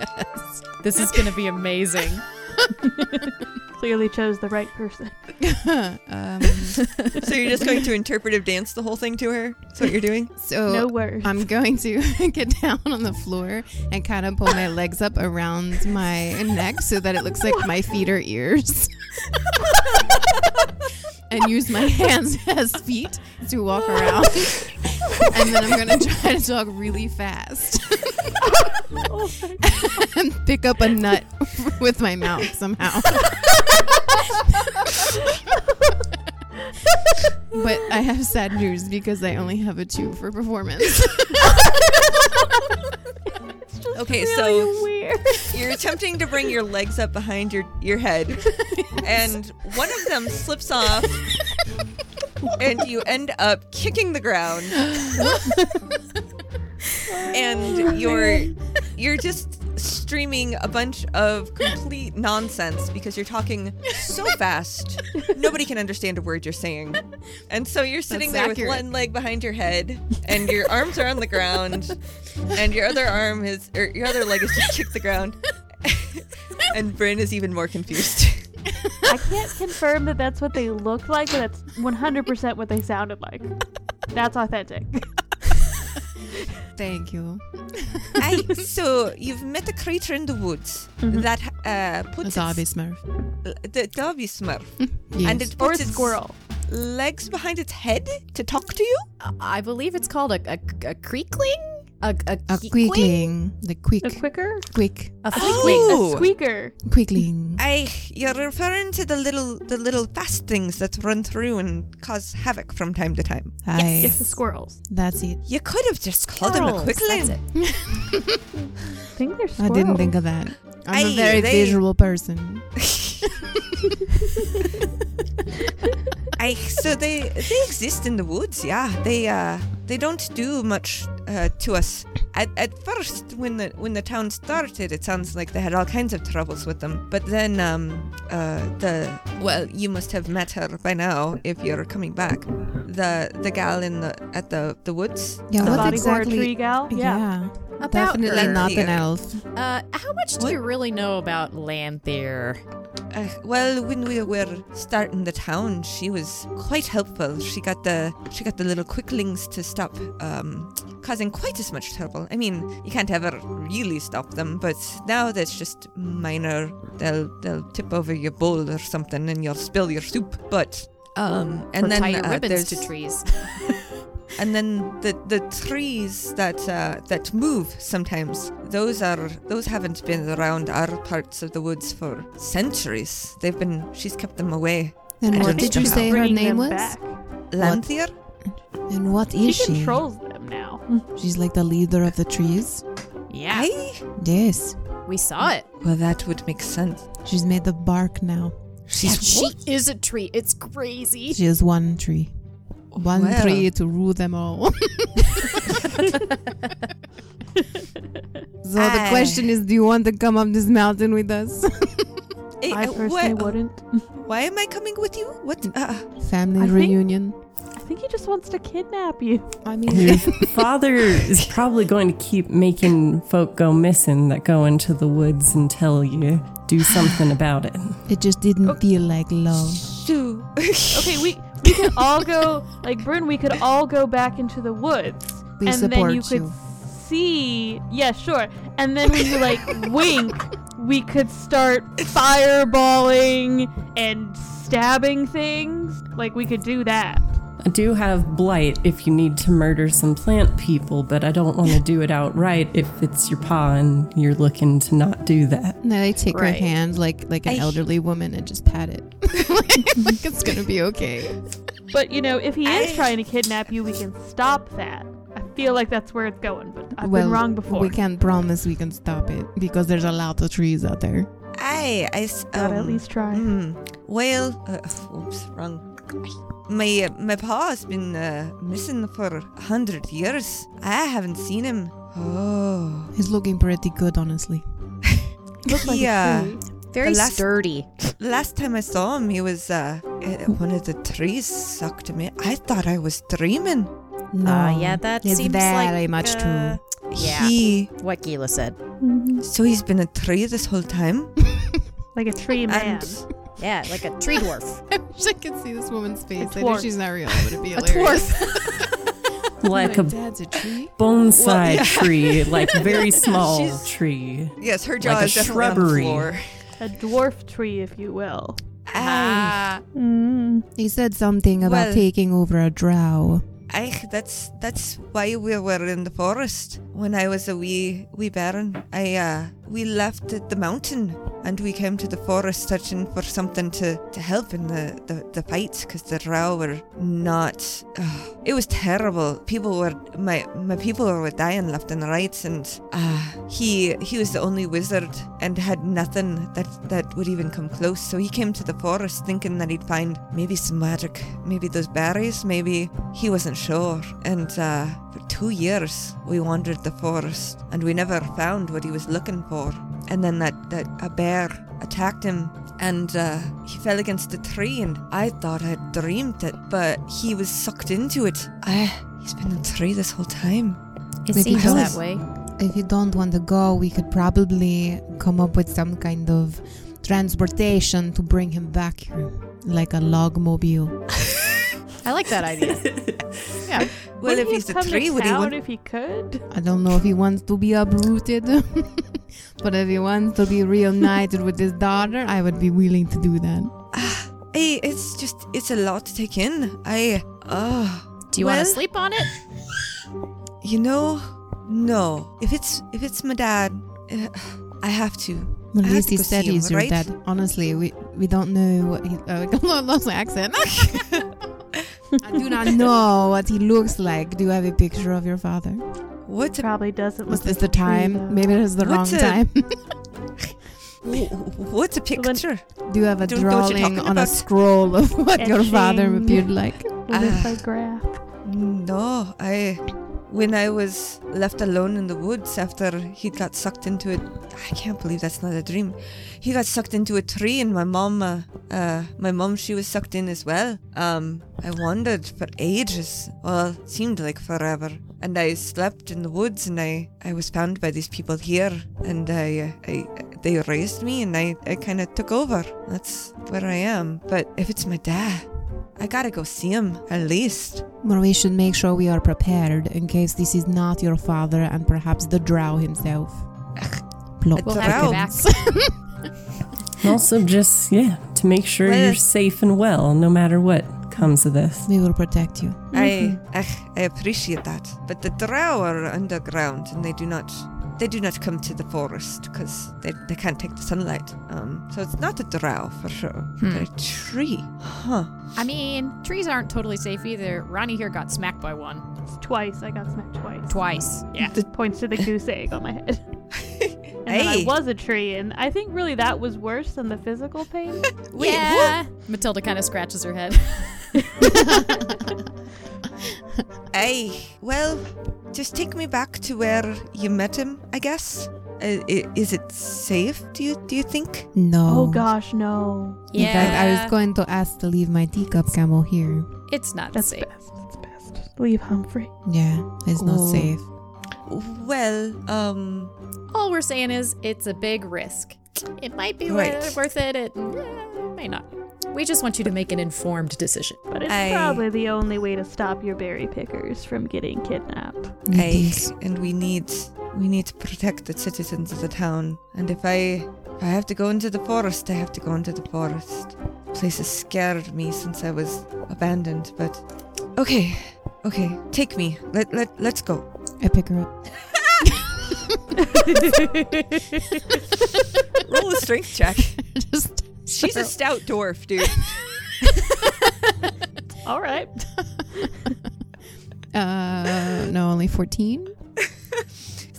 [SPEAKER 3] yes.
[SPEAKER 4] This is going to be amazing.
[SPEAKER 2] Clearly chose the right person.
[SPEAKER 3] Um,
[SPEAKER 1] So you're just going to interpretive dance the whole thing to her? That's what you're doing?
[SPEAKER 3] so
[SPEAKER 2] no words.
[SPEAKER 3] I'm going to get down on the floor and kind of pull my legs up around my neck so that it looks like my feet are ears. and use my hands as feet to walk around. and then I'm going to try to talk really fast and pick up a nut with my mouth somehow. But I have sad news because I only have a two for performance.
[SPEAKER 1] Okay,
[SPEAKER 2] really
[SPEAKER 1] so
[SPEAKER 2] weird.
[SPEAKER 1] you're attempting to bring your legs up behind your your head, and one of them slips off, and you end up kicking the ground, and you're you're just streaming a bunch of complete nonsense because you're talking so fast nobody can understand a word you're saying and so you're sitting
[SPEAKER 3] That's
[SPEAKER 1] there
[SPEAKER 3] accurate.
[SPEAKER 1] with one leg behind your head and your arms are on the ground and your other arm is or your other leg is just kicked the ground and Bryn is even more confused
[SPEAKER 2] I can't confirm that that's what they looked like, but that's 100% what they sounded like. That's authentic.
[SPEAKER 3] Thank you.
[SPEAKER 1] I, so you've met a creature in the woods that uh,
[SPEAKER 3] A
[SPEAKER 1] puts
[SPEAKER 3] Dobby
[SPEAKER 1] its, uh,
[SPEAKER 3] Smurf.
[SPEAKER 1] the Dobby smurf
[SPEAKER 3] Yes.
[SPEAKER 1] and it
[SPEAKER 2] Or
[SPEAKER 1] puts its
[SPEAKER 2] squirrel.
[SPEAKER 1] legs behind its head to talk to you
[SPEAKER 4] I believe it's called a, a, a creakling? A, a,
[SPEAKER 3] a queekling. The quick,
[SPEAKER 2] A quicker?
[SPEAKER 3] quick,
[SPEAKER 4] A
[SPEAKER 1] Oh.
[SPEAKER 4] fleekling.
[SPEAKER 1] Ooh.
[SPEAKER 2] A squeaker.
[SPEAKER 3] quickling.
[SPEAKER 1] I you're referring to the little the little fast things that run through and cause havoc from time to time.
[SPEAKER 3] Aye,
[SPEAKER 2] It's the squirrels.
[SPEAKER 3] That's it.
[SPEAKER 1] You could have just called him a
[SPEAKER 4] Squirrels,
[SPEAKER 1] quickling.
[SPEAKER 4] that's it.
[SPEAKER 2] I think they're
[SPEAKER 3] I
[SPEAKER 2] squirrels.
[SPEAKER 3] didn't think of that. I'm a
[SPEAKER 1] Aye,
[SPEAKER 3] very
[SPEAKER 1] they-
[SPEAKER 3] visual person.
[SPEAKER 1] I so they they exist in the woods. Yeah, they uh they don't do much uh, to us. At, at first, when the when the town started, it sounds like they had all kinds of troubles with them. But then, um, uh, the well, you must have met her by now if you're coming back. The the gal in the at the the woods. Um,
[SPEAKER 3] Yeah,
[SPEAKER 2] The
[SPEAKER 3] what
[SPEAKER 2] body
[SPEAKER 3] exactly?
[SPEAKER 2] tree gal? Yeah.
[SPEAKER 4] About
[SPEAKER 3] definitely
[SPEAKER 1] her.
[SPEAKER 3] not an elf.
[SPEAKER 4] Uh, how much do
[SPEAKER 1] What?
[SPEAKER 4] you really know about Lanthier?
[SPEAKER 1] Uh, well, when we were starting the town, she was quite helpful. She got the she got the little quicklings to stop um, causing quite as much trouble. I mean, you can't ever really stop them, but now that's just minor. They'll they'll tip over your bowl or something, and you'll spill your soup. But Um,
[SPEAKER 4] And
[SPEAKER 1] and then
[SPEAKER 4] tie your
[SPEAKER 1] uh,
[SPEAKER 4] ribbons
[SPEAKER 1] there's
[SPEAKER 4] to trees.
[SPEAKER 1] and then the the trees that uh, that move sometimes those are those haven't been around our parts of the woods for centuries. They've been she's kept them away. I
[SPEAKER 3] And what
[SPEAKER 1] don't
[SPEAKER 3] did
[SPEAKER 1] know.
[SPEAKER 3] you say her
[SPEAKER 2] Bringing
[SPEAKER 3] name
[SPEAKER 2] them
[SPEAKER 3] was?
[SPEAKER 2] back.
[SPEAKER 1] Lanthier,
[SPEAKER 3] And what
[SPEAKER 2] She
[SPEAKER 3] is she?
[SPEAKER 2] controls them now.
[SPEAKER 3] She's like the leader of the trees.
[SPEAKER 4] yeah.
[SPEAKER 1] aye.
[SPEAKER 3] Yes.
[SPEAKER 4] we saw it.
[SPEAKER 1] Well, that would make sense.
[SPEAKER 3] She's made the bark now.
[SPEAKER 1] She's
[SPEAKER 4] she is a tree. It's crazy.
[SPEAKER 3] She is one tree. One
[SPEAKER 1] Well.
[SPEAKER 3] tree to rule them all. so the
[SPEAKER 1] Ah.
[SPEAKER 3] question is do you want to come up this mountain with us?
[SPEAKER 1] Eh,
[SPEAKER 2] I
[SPEAKER 1] uh,
[SPEAKER 2] personally
[SPEAKER 1] why,
[SPEAKER 2] wouldn't.
[SPEAKER 1] why am I coming with you? What? Uh,
[SPEAKER 3] Family
[SPEAKER 2] I think-
[SPEAKER 3] reunion.
[SPEAKER 2] I think he just wants to kidnap you.
[SPEAKER 3] I
[SPEAKER 5] Your
[SPEAKER 3] mean,
[SPEAKER 5] father is probably going to keep making folk go missing that go into the woods until you do something about it.
[SPEAKER 3] it just didn't feel like love.
[SPEAKER 1] shoo.
[SPEAKER 2] Okay, we we could all go like Bryn. We could all go back into the woods,
[SPEAKER 3] We
[SPEAKER 2] and then
[SPEAKER 3] support
[SPEAKER 2] you could
[SPEAKER 3] you.
[SPEAKER 2] see. Yeah, sure. And then when you like wink, we could start fireballing and stabbing things. Like we could do that.
[SPEAKER 5] I do have blight if you need to murder some plant people, but I don't want to do it outright if it's your pa and you're looking to not do that.
[SPEAKER 3] No, they take her
[SPEAKER 4] Right.
[SPEAKER 3] hand like like an
[SPEAKER 1] I-
[SPEAKER 3] elderly woman and just pat it. like it's gonna be okay.
[SPEAKER 2] But you know, if he is
[SPEAKER 1] I-
[SPEAKER 2] trying to kidnap you, we can stop that. I feel like that's where it's going, but I've
[SPEAKER 3] well,
[SPEAKER 2] been wrong before.
[SPEAKER 3] We can't promise we can stop it because there's a lot of trees out there.
[SPEAKER 1] Aye, I s-
[SPEAKER 2] Gotta at
[SPEAKER 1] um,
[SPEAKER 2] least try.
[SPEAKER 1] Hmm. Well, uh, oops, wrong. My my pa's been uh, missing for a hundred years. I haven't seen him. Oh,
[SPEAKER 3] He's looking pretty good, honestly.
[SPEAKER 2] Looks like a
[SPEAKER 1] yeah.
[SPEAKER 2] tree.
[SPEAKER 4] Very
[SPEAKER 1] The last-
[SPEAKER 4] sturdy.
[SPEAKER 1] last time I saw him, he was uh, uh, one of the trees sucked me. I thought I was dreaming.
[SPEAKER 3] No,
[SPEAKER 4] Uh, yeah, that
[SPEAKER 3] it's
[SPEAKER 4] seems like,
[SPEAKER 3] very much
[SPEAKER 4] uh, Yeah.
[SPEAKER 1] He
[SPEAKER 4] What Gila said.
[SPEAKER 1] so he's been a tree this whole time.
[SPEAKER 2] Like a tree man.
[SPEAKER 1] And
[SPEAKER 4] Yeah, like a tree dwarf.
[SPEAKER 3] true. I wish I could see this woman's face. I know
[SPEAKER 2] dwarf.
[SPEAKER 3] she's not real, but it'd be hilarious.
[SPEAKER 5] Like
[SPEAKER 3] My
[SPEAKER 5] a
[SPEAKER 3] dad's a tree.
[SPEAKER 5] bonsai tree, like very small tree.
[SPEAKER 1] yes, her jaw
[SPEAKER 5] Like a
[SPEAKER 1] is definitely on the
[SPEAKER 5] shrubbery.
[SPEAKER 1] floor.
[SPEAKER 2] A dwarf tree, if you will.
[SPEAKER 4] Ah.
[SPEAKER 1] Aye.
[SPEAKER 2] Mm.
[SPEAKER 3] He said something about
[SPEAKER 1] Well-
[SPEAKER 3] taking over a drow.
[SPEAKER 1] Aye, that's that's why we were in the forest when I was a wee wee baron. I uh, we left the mountain and we came to the forest searching for something to, to help in the the, the fight because the drow were not. ugh, it was terrible. People were my my people were dying left and right, and uh, he he was the only wizard and had nothing that that would even come close. So he came to the forest thinking that he'd find maybe some magic, maybe those berries, maybe he wasn't sure. And uh, for two years we wandered the forest and we never found what he was looking for. And then that, that a bear attacked him and uh, he fell against a tree and I thought I'd dreamed it, but he was sucked into it. I, he's been a tree this whole time.
[SPEAKER 4] It
[SPEAKER 3] Maybe
[SPEAKER 4] seems
[SPEAKER 3] that
[SPEAKER 4] that
[SPEAKER 3] was-
[SPEAKER 4] way.
[SPEAKER 3] If you don't want to go, we could probably come up with some kind of transportation to bring him back here, like a log mobile.
[SPEAKER 4] I like that idea. yeah.
[SPEAKER 1] Well,
[SPEAKER 2] Wouldn't
[SPEAKER 1] if
[SPEAKER 2] he
[SPEAKER 1] he's a
[SPEAKER 2] come to
[SPEAKER 1] tree, would he
[SPEAKER 2] town
[SPEAKER 1] want?
[SPEAKER 2] if he could?
[SPEAKER 3] I don't know if he wants to be uprooted, but if he wants to be reunited with his daughter, I would be willing to do that.
[SPEAKER 1] Hey, it's just it's a lot to take in. I ah,
[SPEAKER 4] Do you want
[SPEAKER 1] Well-
[SPEAKER 4] to sleep on it?
[SPEAKER 1] you know, no. If it's if it's my dad, eh, I have to.
[SPEAKER 3] At
[SPEAKER 1] I have
[SPEAKER 3] least
[SPEAKER 1] to
[SPEAKER 3] he
[SPEAKER 1] go
[SPEAKER 3] said
[SPEAKER 1] see him,
[SPEAKER 3] he's your
[SPEAKER 1] right?
[SPEAKER 3] dad. Honestly, we, we don't know what he. Uh, lost my accent. I do not know what he looks like. Do you have a picture of your father?
[SPEAKER 1] What? A,
[SPEAKER 2] Probably doesn't
[SPEAKER 3] Was
[SPEAKER 2] look
[SPEAKER 3] this
[SPEAKER 2] like
[SPEAKER 3] the
[SPEAKER 2] a tree, though.
[SPEAKER 3] time? Maybe it was the wrong
[SPEAKER 1] What's a-
[SPEAKER 3] time.
[SPEAKER 1] what's a
[SPEAKER 2] Well, then-
[SPEAKER 1] picture?
[SPEAKER 3] Do you have a
[SPEAKER 1] Don't know what you're
[SPEAKER 3] drawing
[SPEAKER 1] talking
[SPEAKER 3] on a
[SPEAKER 1] about.
[SPEAKER 3] scroll of what your father
[SPEAKER 2] Etching.
[SPEAKER 3] appeared like?
[SPEAKER 2] What if
[SPEAKER 1] Ah.
[SPEAKER 2] I graph?
[SPEAKER 1] No, I. When I was left alone in the woods after he got sucked into it, I can't believe that's not a dream. He got sucked into a tree, and my mom, uh, uh, my mom, she was sucked in as well. Um, I wandered for ages. Well, it seemed like forever. And I slept in the woods, and I, I was found by these people here, and I, I, they raised me, and I, I kind of took over. That's where I am. But if it's my dad, I gotta go see him at least.
[SPEAKER 3] Well, we should make sure we are prepared in case this is not your father and perhaps the drow himself. Plop.
[SPEAKER 1] Well,
[SPEAKER 4] We'll have
[SPEAKER 1] Wow.
[SPEAKER 4] you back.
[SPEAKER 5] And also, just, yeah, to make sure
[SPEAKER 1] Well-
[SPEAKER 5] you're safe and well no matter what comes of this.
[SPEAKER 3] We will protect you.
[SPEAKER 1] I ugh, I appreciate that, but the drow are underground and they do not they do not come to the forest because they, they can't take the sunlight. Um, so it's not a drow for sure.
[SPEAKER 4] Hmm.
[SPEAKER 1] They're a tree, huh?
[SPEAKER 4] I mean, trees aren't totally safe either. Ronnie here got smacked by one
[SPEAKER 2] It's twice. I got smacked twice.
[SPEAKER 4] twice. Yeah.
[SPEAKER 2] Points to the goose egg on my head. And then I
[SPEAKER 1] Hey.
[SPEAKER 2] was a tree, and I think really that was worse than the physical pain.
[SPEAKER 1] Wait,
[SPEAKER 4] yeah. Matilda kind of scratches her head.
[SPEAKER 1] Aye. Well, just take me back to where you met him, I guess. Uh, i- is it safe? Do you do you think?
[SPEAKER 3] No.
[SPEAKER 2] Oh gosh, no.
[SPEAKER 3] In
[SPEAKER 4] yeah.
[SPEAKER 3] fact, I was going to ask to leave my teacup camel here.
[SPEAKER 4] it's not
[SPEAKER 2] That's
[SPEAKER 4] safe.
[SPEAKER 2] best. That's best. Leave Humphrey.
[SPEAKER 3] Yeah, it's not
[SPEAKER 1] Oh.
[SPEAKER 3] safe.
[SPEAKER 1] Well, um,
[SPEAKER 4] All we're saying is it's a big risk. It might be
[SPEAKER 1] Right.
[SPEAKER 4] wor- worth it. It eh, may not. We just want you to make an informed decision.
[SPEAKER 2] But it's
[SPEAKER 1] I-
[SPEAKER 2] probably the only way to stop your berry pickers from getting kidnapped.
[SPEAKER 3] It
[SPEAKER 1] aye,
[SPEAKER 3] is.
[SPEAKER 1] and we need we need to protect the citizens of the town. And if I if I have to go into the forest, I have to go into the forest. Place has scared me since I was abandoned, but okay, okay, take me. Let let let's go.
[SPEAKER 3] I pick her up.
[SPEAKER 1] Roll a strength check.
[SPEAKER 3] Just
[SPEAKER 1] She's a stout dwarf, dude.
[SPEAKER 2] All right.
[SPEAKER 3] uh, no, only fourteen.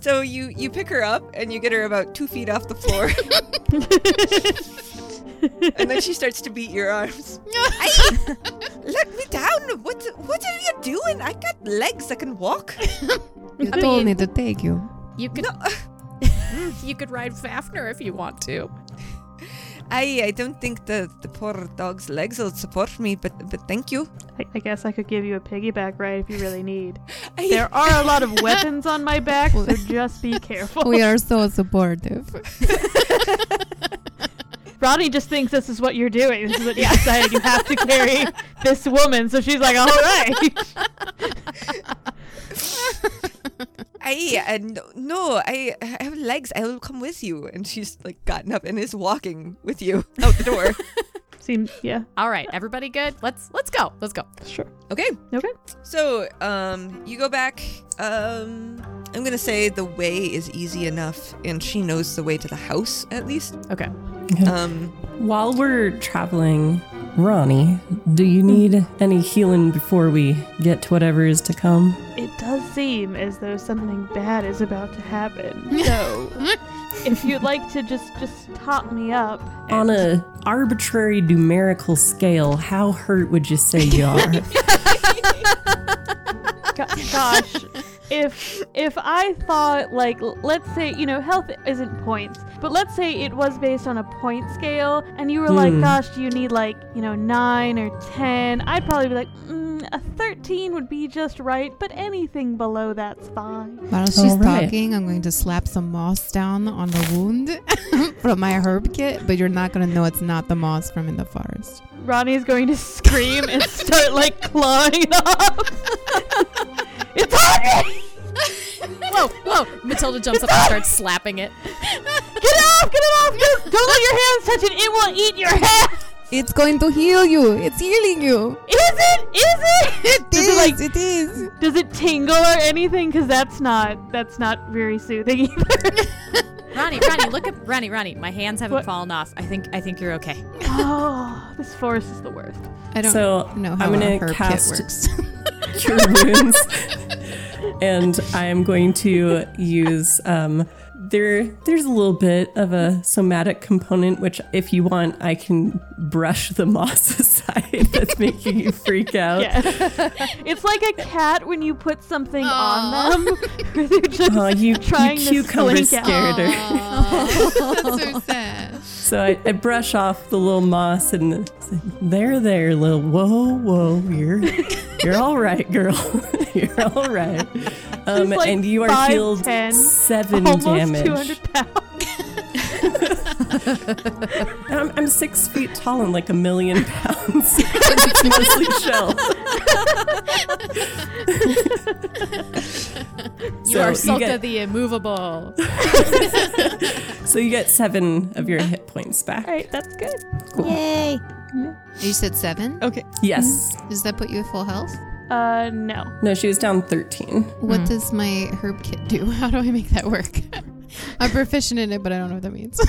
[SPEAKER 1] So you you pick her up and you get her about two feet off the floor, and then she starts to beat your arms. Let me down! What what are you doing? I got legs. I can walk.
[SPEAKER 3] You
[SPEAKER 4] I
[SPEAKER 3] told
[SPEAKER 4] mean-
[SPEAKER 3] me to take you.
[SPEAKER 4] You could
[SPEAKER 1] No,
[SPEAKER 4] you could ride Fafner if you want to.
[SPEAKER 1] I I don't think the the poor dog's legs will support me, but but thank you.
[SPEAKER 2] I, I guess I could give you a piggyback ride if you really need.
[SPEAKER 1] I-
[SPEAKER 2] There are a lot of weapons on my back, so just be careful.
[SPEAKER 3] We are so supportive.
[SPEAKER 2] Ronnie just thinks this is what you're doing. This is what you decided you have to carry this woman. So she's like, all right.
[SPEAKER 1] I uh, no, no I I have legs. I will come with you. And she's like gotten up and is walking with you out the door.
[SPEAKER 2] Seems, yeah,
[SPEAKER 4] All right, everybody good? Let's let's go. Let's go.
[SPEAKER 2] sure.
[SPEAKER 1] okay.
[SPEAKER 2] Okay.
[SPEAKER 1] So, um, you go back. Um, I'm gonna say the way is easy enough, and she knows the way to the house at least.
[SPEAKER 4] Okay.
[SPEAKER 1] Um,
[SPEAKER 5] While we're traveling, Hmm. Ronnie, do you need any healing before we get to whatever is to come?
[SPEAKER 2] It does seem as though something bad is about to happen. So if you'd like to just just top me up.
[SPEAKER 5] On a arbitrary numerical scale, how hurt would you say you are?
[SPEAKER 2] Go- gosh if if i thought like l- let's say you know health isn't points but let's say it was based on a point scale and you were like gosh do you need like you know 9 or 10 i'd probably be like mm, a 13 would be just right but anything below that's fine
[SPEAKER 3] While she's
[SPEAKER 5] All right.
[SPEAKER 3] talking, I'm going to slap some moss down on the wound from my herb kit, but you're not going to know it's not the moss from in the forest.
[SPEAKER 2] ronnie's going to scream and start like clawing it off it's on me
[SPEAKER 4] Whoa, whoa! Matilda jumps up and starts slapping it.
[SPEAKER 2] get it off get it off get it- don't let your hands touch it it will eat your hand
[SPEAKER 3] It's going to heal you. It's healing you.
[SPEAKER 2] is it is it
[SPEAKER 3] It
[SPEAKER 2] Does
[SPEAKER 3] is.
[SPEAKER 2] it, like,
[SPEAKER 3] it is.
[SPEAKER 2] Does it tingle or anything? Because that's not that's not very soothing either.
[SPEAKER 4] Ronnie, Ronnie, look up Ronnie, Ronnie. My hands haven't
[SPEAKER 2] What?
[SPEAKER 4] fallen off. I think I think you're okay.
[SPEAKER 2] oh, this forest is the worst.
[SPEAKER 3] I don't
[SPEAKER 5] So,
[SPEAKER 3] know
[SPEAKER 5] I'm
[SPEAKER 3] how
[SPEAKER 5] gonna
[SPEAKER 3] a herb
[SPEAKER 5] cast-
[SPEAKER 3] kit works.
[SPEAKER 5] cure wounds. and I am going to use um there there's a little bit of a somatic component which if you want I can brush the moss aside that's making you freak out.
[SPEAKER 2] Yeah, it's like a cat when you put something on them. They're just
[SPEAKER 5] Aw, Uh-huh, you,
[SPEAKER 2] trying
[SPEAKER 5] you cucumber
[SPEAKER 2] to slink out.
[SPEAKER 5] scared her.
[SPEAKER 3] so sad.
[SPEAKER 5] So I, I brush off the little moss and say, there, there, little whoa, whoa, you're you're all right, girl. you're all right. Um,
[SPEAKER 2] like
[SPEAKER 5] and you are
[SPEAKER 2] 5'10",
[SPEAKER 5] healed seven
[SPEAKER 2] Almost
[SPEAKER 5] damage.
[SPEAKER 2] 200 pounds.
[SPEAKER 5] I'm, I'm six feet tall and like a million pounds. it's mostly shell.
[SPEAKER 4] You are
[SPEAKER 5] so
[SPEAKER 4] Sulka
[SPEAKER 5] you, get,
[SPEAKER 4] the immovable.
[SPEAKER 5] so you get seven of your hit points back.
[SPEAKER 2] All right, that's good.
[SPEAKER 5] Cool.
[SPEAKER 3] Yay. You said seven?
[SPEAKER 5] Oh.
[SPEAKER 6] Okay.
[SPEAKER 5] Yes.
[SPEAKER 3] Does that put you at full health?
[SPEAKER 2] Uh, no.
[SPEAKER 5] No, she was down 13.
[SPEAKER 1] Mm.
[SPEAKER 3] What does my herb kit do? How do I make that work? I'm proficient in it, but I don't know what that means.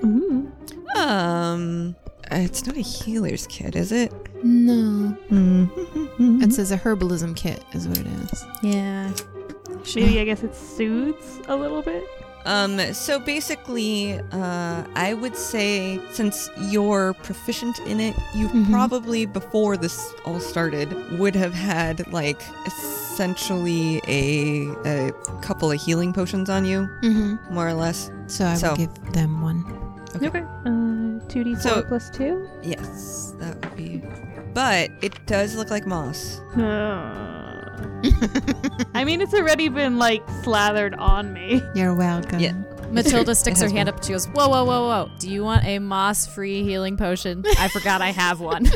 [SPEAKER 2] Mm.
[SPEAKER 1] Um, it's not a healer's kit, is it?
[SPEAKER 3] no.
[SPEAKER 1] Mm-hmm.
[SPEAKER 3] It says a herbalism kit is what it is.
[SPEAKER 4] Yeah.
[SPEAKER 2] Maybe I guess it soothes a little bit.
[SPEAKER 1] Um, so basically, uh, I would say since you're proficient in it, you
[SPEAKER 3] Mhm.
[SPEAKER 1] probably before this all started would have had like essentially a a couple of healing potions on you,
[SPEAKER 3] Mm-hmm.
[SPEAKER 1] more or less.
[SPEAKER 3] So I
[SPEAKER 1] So-
[SPEAKER 3] will give them one.
[SPEAKER 1] Okay.
[SPEAKER 2] Uh, two D four
[SPEAKER 1] So-
[SPEAKER 2] plus two.
[SPEAKER 1] Yes, that would be. But it does look like moss.
[SPEAKER 2] Uh, I mean, it's already been like slathered on me.
[SPEAKER 3] You're welcome.
[SPEAKER 1] Yeah.
[SPEAKER 4] Matilda sticks
[SPEAKER 3] It
[SPEAKER 4] her
[SPEAKER 3] has
[SPEAKER 4] hand up. She goes, Whoa, whoa, whoa, whoa. Do you want a moss free healing potion? I forgot I have one.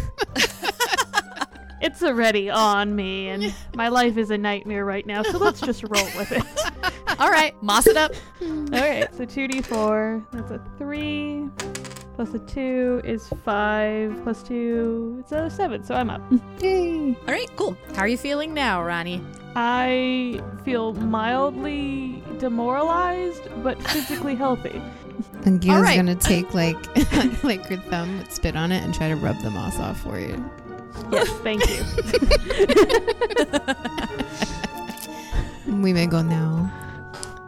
[SPEAKER 2] It's already on me, and my life is a nightmare right now. So let's just roll with it.
[SPEAKER 4] All right, moss it up.
[SPEAKER 2] All right, so 2d4, that's a 3, plus a 2 is 5, plus 2, it's a 7, so I'm up.
[SPEAKER 1] All right, cool.
[SPEAKER 4] How are you feeling now, Ronnie?
[SPEAKER 2] I feel mildly demoralized, but physically healthy.
[SPEAKER 3] And Gil's
[SPEAKER 4] All right.
[SPEAKER 3] gonna take like like her thumb, with spit on it, and try to rub the moss off for you.
[SPEAKER 2] Yes, thank you.
[SPEAKER 3] We may go now.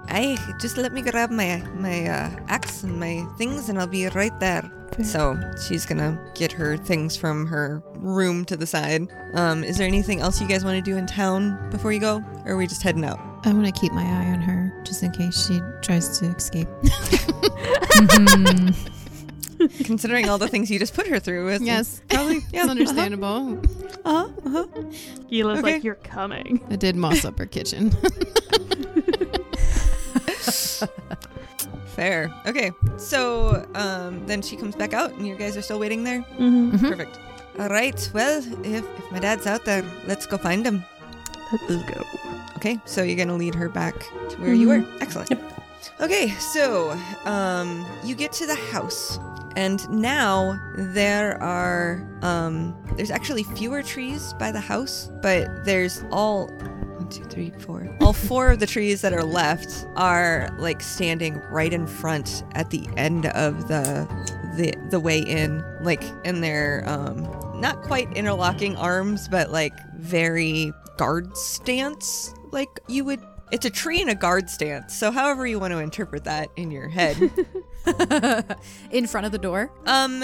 [SPEAKER 1] I just let me grab my my uh, axe and my things, and I'll be right there. So she's gonna get her things from her room to the side. Um, is there anything else you guys want to do in town before you go, or are we just heading out?
[SPEAKER 3] I want to keep my eye on her just in case she tries to escape.
[SPEAKER 2] Mm-hmm.
[SPEAKER 1] Mm-hmm. Considering all the things you just put her through, it's
[SPEAKER 3] Yes,
[SPEAKER 1] probably yeah,
[SPEAKER 3] it's understandable.
[SPEAKER 1] Uh-huh, uh-huh, uh-huh.
[SPEAKER 2] Gila's
[SPEAKER 1] Okay.
[SPEAKER 2] like, you're coming.
[SPEAKER 3] I did moss up her kitchen.
[SPEAKER 1] uh-huh. Fair. Okay, so um, then she comes back out, and you guys are still waiting there.
[SPEAKER 2] Mm-hmm.
[SPEAKER 4] Hmm?
[SPEAKER 1] Perfect. All right. Well, if, if my dad's out there, let's go find him.
[SPEAKER 2] Let's go.
[SPEAKER 1] Okay, so you're gonna lead her back to where you were. Excellent. Okay, so um, you get to the house, and now there are um, there's actually fewer trees by the house, but there's all one, two, three, four. All four of the trees that are left are like standing right in front at the end of the the the way in, like, and they're um, not quite interlocking arms, but like very guard stance, like you would. It's a tree in a guard stance, so however you want to interpret that in your head.
[SPEAKER 4] In front of the door.
[SPEAKER 1] um,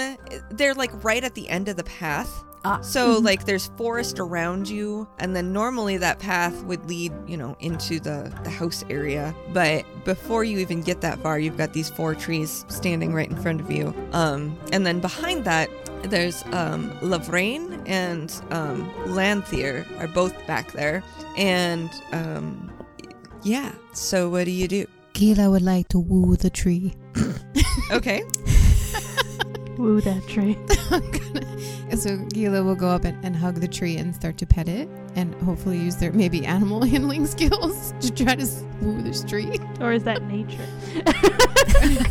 [SPEAKER 1] they're like right at the end of the path.
[SPEAKER 4] Ah.
[SPEAKER 1] So like there's forest around you and then normally that path would lead, you know, into the the house area, but before you even get that far, you've got these four trees standing right in front of you. Um and then behind that there's um Lavrain and um Lanthier are both back there and um yeah. So what do you do?
[SPEAKER 3] Gila would like to woo the tree.
[SPEAKER 1] Okay.
[SPEAKER 2] Woo that tree.
[SPEAKER 3] And so Gila will go up and, and hug the tree and start to pet it and hopefully use their maybe animal handling skills to try to s- woo this tree.
[SPEAKER 2] Or is that nature?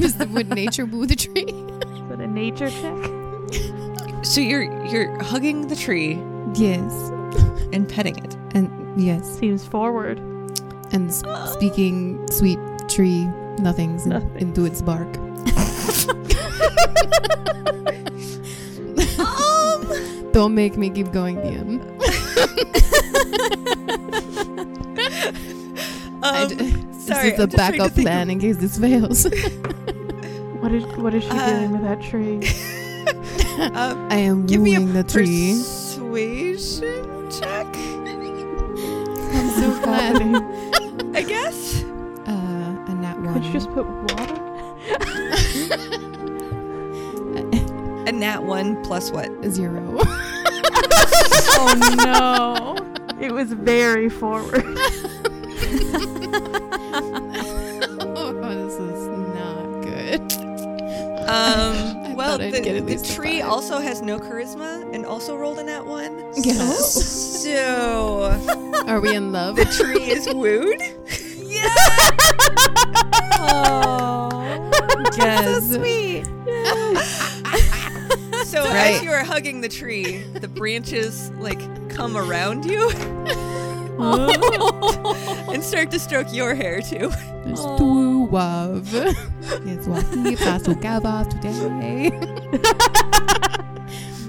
[SPEAKER 3] Is the- Would nature woo the tree?
[SPEAKER 2] Is that a nature check?
[SPEAKER 1] So you're you're hugging the tree
[SPEAKER 3] Yes.
[SPEAKER 1] and petting it.
[SPEAKER 3] And yes.
[SPEAKER 2] Seems forward.
[SPEAKER 3] And s- speaking sweet tree nothings, in-
[SPEAKER 2] Nothings.
[SPEAKER 3] into its bark.
[SPEAKER 1] Um.
[SPEAKER 3] Don't make me keep going, DM. I d-
[SPEAKER 1] Um, sorry,
[SPEAKER 3] this is a
[SPEAKER 1] I'm just trying to
[SPEAKER 3] backup
[SPEAKER 1] think
[SPEAKER 3] plan in case this fails.
[SPEAKER 2] What is what is she
[SPEAKER 1] Uh,
[SPEAKER 2] doing with that tree?
[SPEAKER 1] um,
[SPEAKER 3] I am
[SPEAKER 1] Give me a
[SPEAKER 3] wooing the tree.
[SPEAKER 1] persuasion check,
[SPEAKER 3] I'm so glad.
[SPEAKER 2] Happening?
[SPEAKER 1] I guess.
[SPEAKER 3] Uh, a nat
[SPEAKER 2] Could
[SPEAKER 3] one.
[SPEAKER 2] you just put water?
[SPEAKER 1] And that one plus what?
[SPEAKER 3] Zero.
[SPEAKER 2] Oh no! It was very forward.
[SPEAKER 3] oh, this is not good.
[SPEAKER 1] Um, well,
[SPEAKER 3] thought I'd
[SPEAKER 1] the,
[SPEAKER 3] get at
[SPEAKER 1] the
[SPEAKER 3] least a
[SPEAKER 1] tree
[SPEAKER 3] five.
[SPEAKER 1] also has no charisma and also rolled a nat one.
[SPEAKER 3] Yes. Oh.
[SPEAKER 1] So
[SPEAKER 3] Are we in love?
[SPEAKER 1] the tree is wooed. yeah.
[SPEAKER 3] yes.
[SPEAKER 1] sweet. So as
[SPEAKER 3] Right.
[SPEAKER 1] you are hugging the tree, the branches like come around you and start to stroke your hair too.
[SPEAKER 3] There's two of. It's what we pass together today.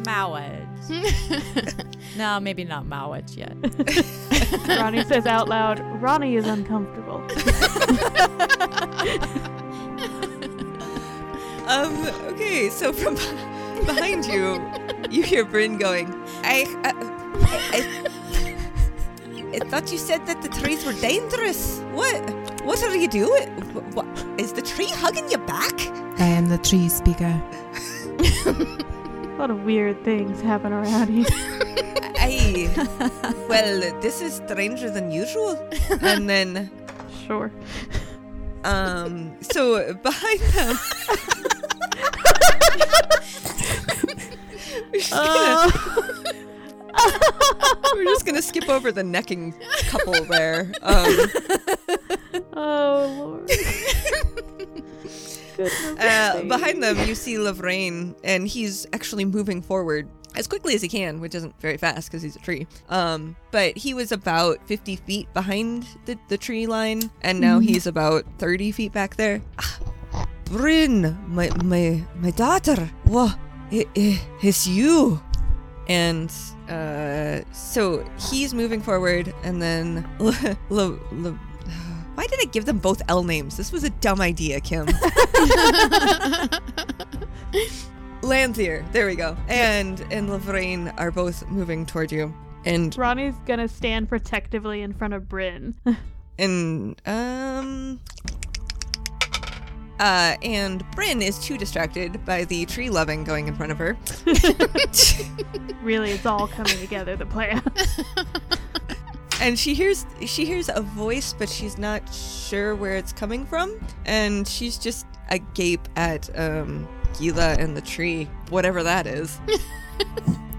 [SPEAKER 4] Mowage. no, maybe not Mowage yet.
[SPEAKER 2] Ronnie says out loud, Ronnie is uncomfortable.
[SPEAKER 1] Um. Okay. So from beh- behind you, you hear Bryn going. I. I, I, I thought you said that the trees were dangerous. What? What are you doing? Wh- wh- Is the tree hugging you back?
[SPEAKER 3] I am the tree speaker.
[SPEAKER 2] A lot of weird things happen around here.
[SPEAKER 1] I. Well, this is stranger than usual. And then,
[SPEAKER 2] Sure.
[SPEAKER 1] um. So behind them. We're just gonna- we're just gonna skip over the necking couple there. Um,
[SPEAKER 2] Oh, Lord. Goodness
[SPEAKER 1] Uh,
[SPEAKER 2] sakes.
[SPEAKER 1] behind them, you see Lavrain, and he's actually moving forward as quickly as he can, which isn't very fast because he's a tree. Um, but he was about 50 feet behind the, the tree line, and now he's about 30 feet back there. Ah, Bryn, my my my daughter, what? It, it, it's you. And uh, so he's moving forward, and then L- L- L- why did I give them both L names? This was a dumb idea, Kim. Lanthier, there we go. And and Lavrain are both moving toward you. And
[SPEAKER 2] Ronnie's gonna stand protectively in front of Bryn.
[SPEAKER 1] and um uh and Bryn is too distracted by the tree loving going in front of her.
[SPEAKER 2] really, it's all coming together, the plan.
[SPEAKER 1] And she hears she hears a voice but she's not sure where it's coming from. And she's just agape at um Gila and the tree, whatever that is.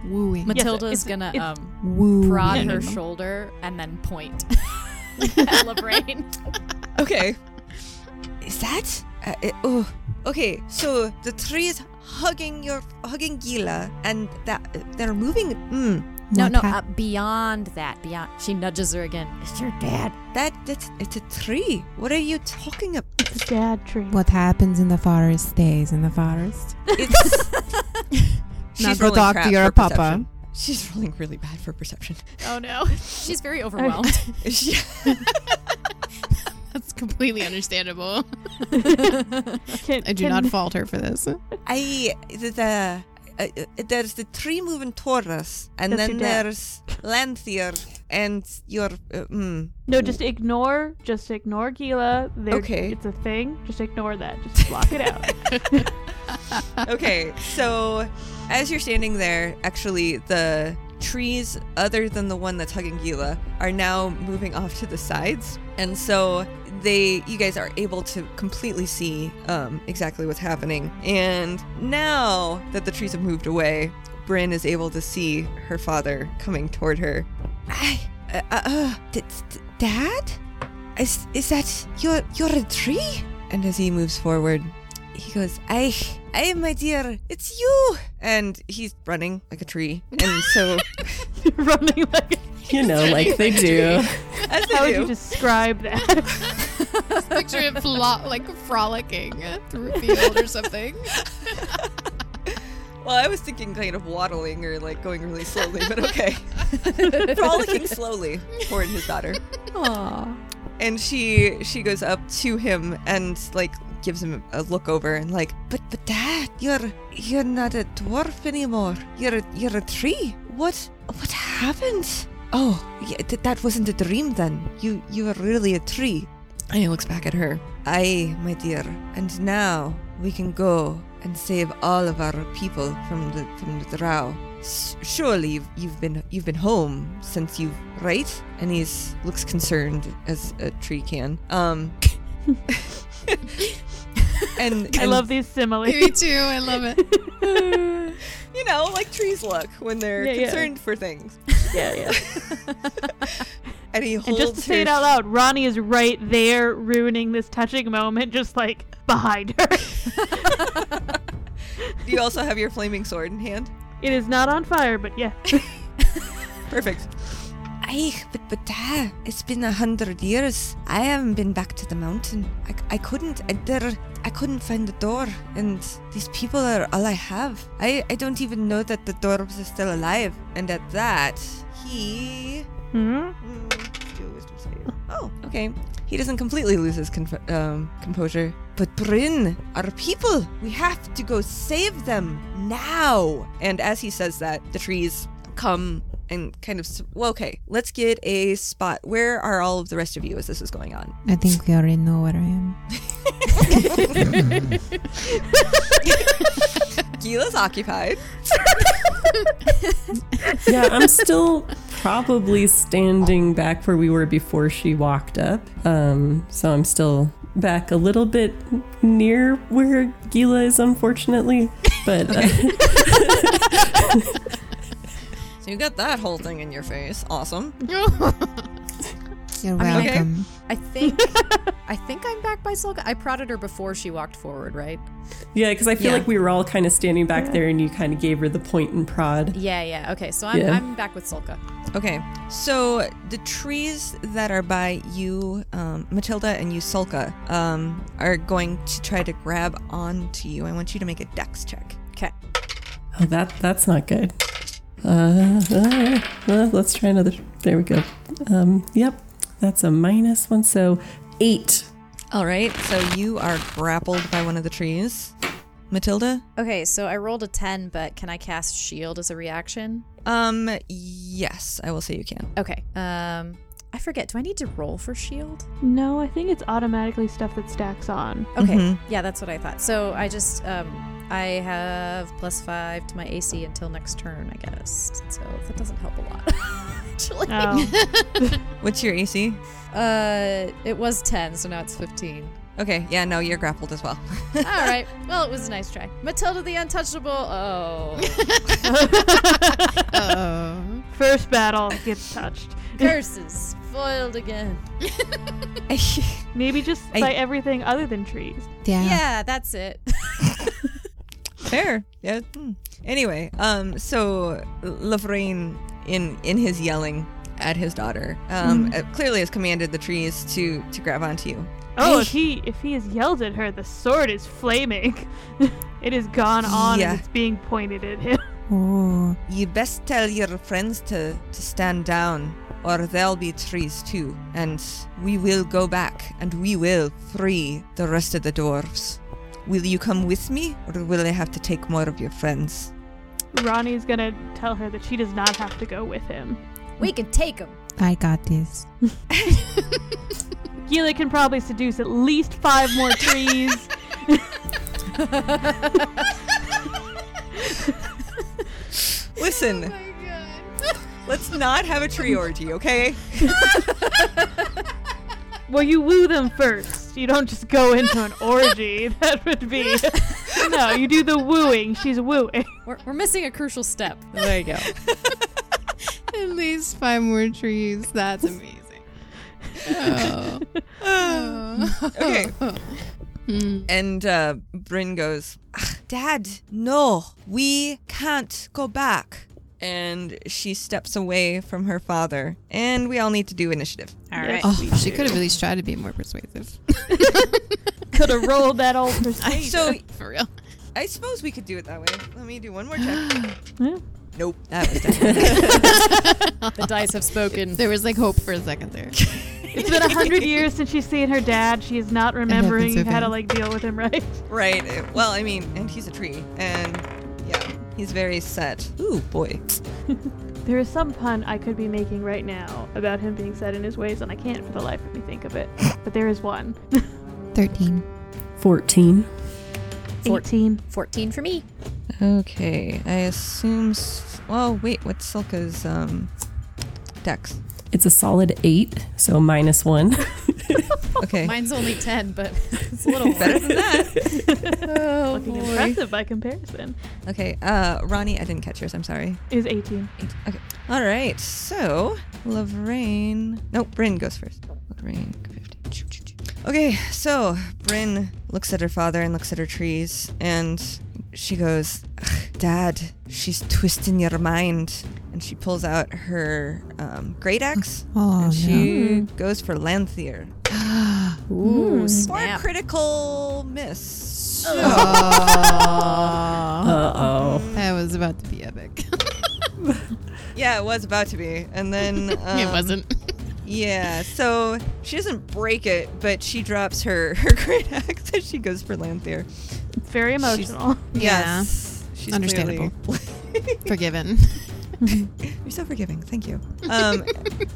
[SPEAKER 3] Wooing.
[SPEAKER 4] Matilda's
[SPEAKER 2] it's-
[SPEAKER 4] gonna
[SPEAKER 2] it's-
[SPEAKER 4] um,
[SPEAKER 3] Wooing.
[SPEAKER 4] prod her shoulder and then point at Lorraine.
[SPEAKER 1] Okay. Is that? Uh, it- oh, okay. So the tree is hugging your hugging Gila, and that they're moving. Mm,
[SPEAKER 4] No,
[SPEAKER 3] What
[SPEAKER 4] no,
[SPEAKER 3] hap-
[SPEAKER 4] uh, beyond that, beyond. She nudges her again. It's your dad.
[SPEAKER 1] that that's it's a tree. What are you talking about?
[SPEAKER 2] It's a dad dream.
[SPEAKER 3] what happens in the forest stays in the forest.
[SPEAKER 1] It's.
[SPEAKER 3] Now go
[SPEAKER 1] rolling
[SPEAKER 3] talk to
[SPEAKER 1] crap
[SPEAKER 3] your
[SPEAKER 1] for
[SPEAKER 3] papa.
[SPEAKER 1] perception. She's rolling really bad for perception.
[SPEAKER 4] Oh no, she's very overwhelmed.
[SPEAKER 1] She-
[SPEAKER 3] That's completely understandable.
[SPEAKER 2] Can-
[SPEAKER 3] I do
[SPEAKER 2] can-
[SPEAKER 3] not falter for this.
[SPEAKER 1] I the, the uh, uh, there's the tree moving toward us, and
[SPEAKER 2] That's
[SPEAKER 1] then
[SPEAKER 2] your dad.
[SPEAKER 1] there's Lanthier and your. Uh, mm,
[SPEAKER 2] No, just ignore. Just ignore Gila. There,
[SPEAKER 1] Okay.
[SPEAKER 2] It's a thing. Just ignore that. Just block it out.
[SPEAKER 1] okay, so as you're standing there, actually, the trees other than the one that's hugging Gila are now moving off to the sides, and so they, you guys, are able to completely see um, exactly what's happening. And now that the trees have moved away, Bryn is able to see her father coming toward her. I, uh, uh, uh, d- d- Dad, is is that your your tree? And as he moves forward, he goes, "Ay, ay, my dear, it's you!" And he's running like a tree, and so
[SPEAKER 2] Running like.
[SPEAKER 5] You know, like they do.
[SPEAKER 1] as
[SPEAKER 2] How
[SPEAKER 1] they
[SPEAKER 2] would you
[SPEAKER 1] do,
[SPEAKER 2] describe that?
[SPEAKER 3] Picture it flo- like frolicking through a field or something.
[SPEAKER 1] well, I was thinking kind of waddling or like going really slowly, but okay, frolicking slowly toward his daughter, and she she goes up to him and like gives him a look over and like, "But, but, Dad, you're you're not a dwarf anymore. You're a, you're a tree. What what happened?" Oh, yeah, th- that wasn't a dream then. You you were really a tree. And he looks back at her. Aye, my dear. And now we can go and save all of our people from the from the drow. S- surely you've, you've been you've been home since you've right. And he's looks concerned as a tree can. Um. and,
[SPEAKER 2] I
[SPEAKER 1] and,
[SPEAKER 2] love these similes.
[SPEAKER 3] Me too. I love it.
[SPEAKER 1] you know like trees look when they're
[SPEAKER 2] Yeah, yeah.
[SPEAKER 1] concerned for things.
[SPEAKER 2] yeah, yeah.
[SPEAKER 1] And he holds
[SPEAKER 2] And just to say
[SPEAKER 1] her
[SPEAKER 2] it out loud, Ronnie is right there, ruining this touching moment, just like behind her.
[SPEAKER 1] Do you also have your flaming sword in hand?
[SPEAKER 2] It is not on fire, but yeah.
[SPEAKER 1] Perfect. Aye, but but ah, it's been a hundred years. I haven't been back to the mountain. I, I couldn't. I, there, I couldn't find the door, and these people are all I have. I I don't even know that the dwarves are still alive. And at that, he
[SPEAKER 2] hmm
[SPEAKER 1] Mm, do a wisdom save. Oh, okay. He doesn't completely lose his conf- um, composure. But Bryn, our people, we have to go save them now. And as he says that, the trees come and kind of. s- Well, okay, let's get a spot. Where are all of the rest of you as this is going on?
[SPEAKER 3] I think we already know where I am.
[SPEAKER 1] Gila's occupied.
[SPEAKER 5] yeah, I'm still probably standing back where we were before she walked up. Um, so I'm still back a little bit near where Gila is, unfortunately. But uh,
[SPEAKER 1] So you got that whole thing in your face. Awesome.
[SPEAKER 3] You're
[SPEAKER 4] I mean,
[SPEAKER 1] okay.
[SPEAKER 3] welcome.
[SPEAKER 4] I think I think I'm back by Solga. I prodded her before she walked forward, right?
[SPEAKER 5] yeah, because I feel
[SPEAKER 4] Yeah.
[SPEAKER 5] like we were all kind of standing back there, and you kind of gave her the point and prod.
[SPEAKER 4] Yeah, yeah. Okay, so I'm,
[SPEAKER 5] Yeah.
[SPEAKER 4] I'm back with Solka.
[SPEAKER 1] Okay, so the trees that are by you, um, Matilda, and you, Sulka, um, are going to try to grab onto you. I want you to make a dex check.
[SPEAKER 4] Okay.
[SPEAKER 5] Oh, that that's not good. Uh, uh, uh, let's try another. There we go. Um, yep, that's a minus one. So eight.
[SPEAKER 1] All right, so you are grappled by one of the trees. Matilda?
[SPEAKER 4] Okay, so I rolled a 10, but can I cast shield as a reaction?
[SPEAKER 1] Um, yes, I will say you can.
[SPEAKER 4] Okay. Um I forget. Do I need to roll for shield?
[SPEAKER 2] No, I think it's automatically stuff that stacks on.
[SPEAKER 4] Okay.
[SPEAKER 1] Mhm.
[SPEAKER 4] Yeah, that's what I thought. So I just um I have plus 5 to my AC until next turn, I guess. So that doesn't help a lot. Actually.
[SPEAKER 2] Oh.
[SPEAKER 1] What's your AC?
[SPEAKER 4] Uh it was 10, so now it's 15.
[SPEAKER 1] Okay, yeah, no, you're grappled as well.
[SPEAKER 4] All right. Well, it was a nice try. Matilda the Untouchable. Oh.
[SPEAKER 3] Oh.
[SPEAKER 2] First battle gets touched.
[SPEAKER 4] Curses foiled again.
[SPEAKER 2] Maybe just
[SPEAKER 1] I-
[SPEAKER 2] by everything other than trees.
[SPEAKER 3] Yeah.
[SPEAKER 4] Yeah, that's it.
[SPEAKER 1] Fair. Yeah. Hmm. Anyway, um, so Lavrain, in in his yelling at his daughter, um, uh, clearly has commanded the trees to to grab onto you.
[SPEAKER 2] Oh, if he if he has yelled at her, the sword is flaming. it is gone on
[SPEAKER 1] Yeah.
[SPEAKER 2] and it's being pointed at him.
[SPEAKER 3] Oh.
[SPEAKER 1] You best tell your friends to to stand down, or there'll be trees too, and we will go back, and we will free the rest of the dwarves. Will you come with me, or will I have to take more of your friends?
[SPEAKER 2] Ronnie's gonna tell her that she does not have to go with him.
[SPEAKER 4] We can take him.
[SPEAKER 3] I got this.
[SPEAKER 2] Gila can probably seduce at least five more trees.
[SPEAKER 1] Listen, let's not have a tree orgy, okay?
[SPEAKER 2] Well, you woo them first. You don't just go into an orgy. That would be no. You do the wooing. She's wooing.
[SPEAKER 4] We're, we're missing a crucial step. There you go.
[SPEAKER 3] At least five more trees. That's amazing. Oh.
[SPEAKER 1] Okay.
[SPEAKER 3] Hmm.
[SPEAKER 1] And uh, Bryn goes, "Ah, Dad, no, we can't go back. And she steps away from her father. And we all need to do initiative.
[SPEAKER 4] All right.
[SPEAKER 3] Oh, she could have at least tried to be more persuasive.
[SPEAKER 2] Could have rolled that old persuasion.
[SPEAKER 1] So
[SPEAKER 3] For real.
[SPEAKER 1] I suppose we could do it that way. Let me do one more check.
[SPEAKER 2] Yeah.
[SPEAKER 1] nope, that was definitely.
[SPEAKER 4] The dice have spoken.
[SPEAKER 3] There was like hope for a second there.
[SPEAKER 2] It's been a hundred years since she's seen her dad. She is not remembering
[SPEAKER 3] so
[SPEAKER 2] how to
[SPEAKER 3] fast.
[SPEAKER 2] like deal with him, right?
[SPEAKER 1] right. uh, Well, I mean, and he's a tree. And yeah, he's very set. Ooh, boy.
[SPEAKER 2] There is some pun I could be making right now about him being set in his ways, and I can't for the life of me think of it. But there is one.
[SPEAKER 3] 13.
[SPEAKER 5] Fourteen.
[SPEAKER 4] Four-
[SPEAKER 2] 18.
[SPEAKER 4] 14 for me.
[SPEAKER 1] Okay, I assume. S- oh, wait, what's Silka's um, dex?
[SPEAKER 5] It's a solid eight, so minus one.
[SPEAKER 1] Okay.
[SPEAKER 4] Mine's only 10, but it's a little
[SPEAKER 1] Better than that.
[SPEAKER 4] Oh,
[SPEAKER 2] Looking impressive by comparison.
[SPEAKER 1] Okay, uh, Ronnie, I didn't catch yours. I'm sorry.
[SPEAKER 2] Is 18.
[SPEAKER 1] Eight- Okay. All right. So, Lorraine. No, Bryn goes first. Lorraine, 15. Okay, so Bryn looks at her father and looks at her trees, and she goes, "Ugh, Dad, she's twisting your mind. And she pulls out her um, great axe
[SPEAKER 3] Oh,
[SPEAKER 1] and she goes for Lanthier.
[SPEAKER 4] Ooh,
[SPEAKER 1] Or
[SPEAKER 4] snap.
[SPEAKER 1] critical miss. So,
[SPEAKER 3] Oh,
[SPEAKER 5] Uh oh.
[SPEAKER 3] that was about to be epic.
[SPEAKER 1] yeah, it was about to be. And then. Um,
[SPEAKER 3] it wasn't.
[SPEAKER 1] Yeah, so she doesn't break it, but she drops her, her great axe and she goes for Lanthier.
[SPEAKER 2] Very emotional.
[SPEAKER 3] Yeah.
[SPEAKER 1] Yes. She's
[SPEAKER 3] Understandable.
[SPEAKER 1] clearly-
[SPEAKER 3] Forgiven.
[SPEAKER 1] You're so forgiving. Thank you. Um,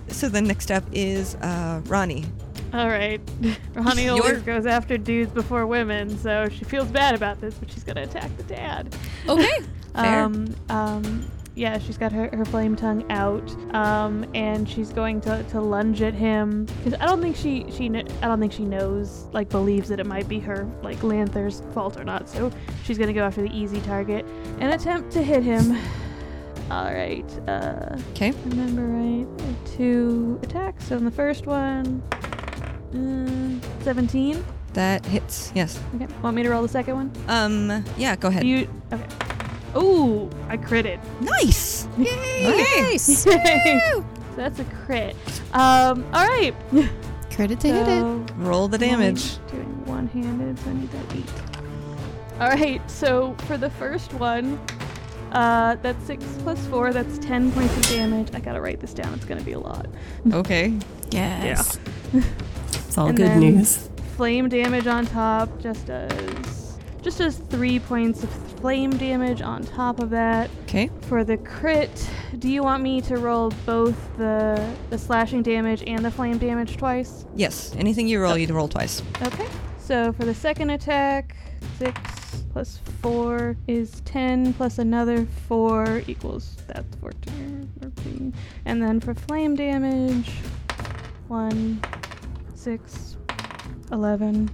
[SPEAKER 1] so the next up is uh, Ronnie.
[SPEAKER 2] All right. Ronnie
[SPEAKER 1] You're-
[SPEAKER 2] always goes after dudes before women, so she feels bad about this, but she's going to attack the dad.
[SPEAKER 4] Okay.
[SPEAKER 1] Fair.
[SPEAKER 2] Um, um, yeah, she's got her, her flame tongue out, um, and she's going to, to lunge at him because I don't think she she kn- I don't think she knows like believes that it might be her like Lanther's fault or not. So she's gonna go after the easy target and attempt to hit him. All right. Uh,
[SPEAKER 1] 'Kay.
[SPEAKER 2] Remember right? there are Two attacks on the first one. Uh, 17.
[SPEAKER 1] That hits. Yes.
[SPEAKER 2] Okay. Want me to roll the second one?
[SPEAKER 1] Um. Yeah. Go ahead.
[SPEAKER 2] You okay? Ooh, I critted.
[SPEAKER 1] nice. Okay.
[SPEAKER 3] Nice.
[SPEAKER 2] so that's a crit. Um, all right.
[SPEAKER 3] Credit to hit it.
[SPEAKER 2] So
[SPEAKER 1] Roll the
[SPEAKER 2] I'm
[SPEAKER 1] damage.
[SPEAKER 2] Doing one-handed, so I need that eight. All right. So for the first one, uh, that's six plus four. That's ten points of damage. I gotta write this down. It's gonna be a lot.
[SPEAKER 1] Okay.
[SPEAKER 4] Yes.
[SPEAKER 5] It's all
[SPEAKER 2] And
[SPEAKER 5] good
[SPEAKER 2] then-
[SPEAKER 5] news.
[SPEAKER 2] Flame damage on top just does just does three points of flame damage on top of that.
[SPEAKER 1] Okay.
[SPEAKER 2] For the crit, do you want me to roll both the the slashing damage and the flame damage twice?
[SPEAKER 1] Yes. Anything you roll, you roll twice.
[SPEAKER 2] Okay. So for the second attack, six plus four is ten, plus another four equals that's 14, 13. And then for flame damage, one, six, 11,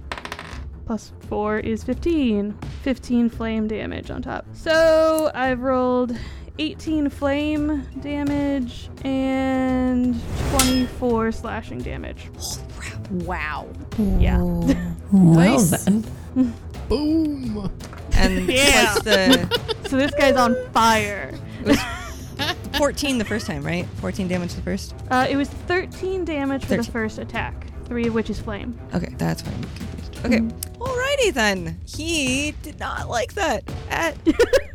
[SPEAKER 2] plus four is 15. 15 flame damage on top. So I've rolled 18 flame damage and 24 slashing damage.
[SPEAKER 4] Wow.
[SPEAKER 2] Yeah.
[SPEAKER 5] Well
[SPEAKER 4] Nice.
[SPEAKER 5] then.
[SPEAKER 3] Boom.
[SPEAKER 1] And
[SPEAKER 2] Yeah.
[SPEAKER 1] plus the
[SPEAKER 2] So this guy's on fire.
[SPEAKER 1] it was fourteen the first time, right? Fourteen damage the first.
[SPEAKER 2] Uh, it was 13 damage for the
[SPEAKER 1] 13.
[SPEAKER 2] first attack, three of which is flame.
[SPEAKER 1] Okay. That's why I'm confused. Okay. Alrighty then. He did not like that at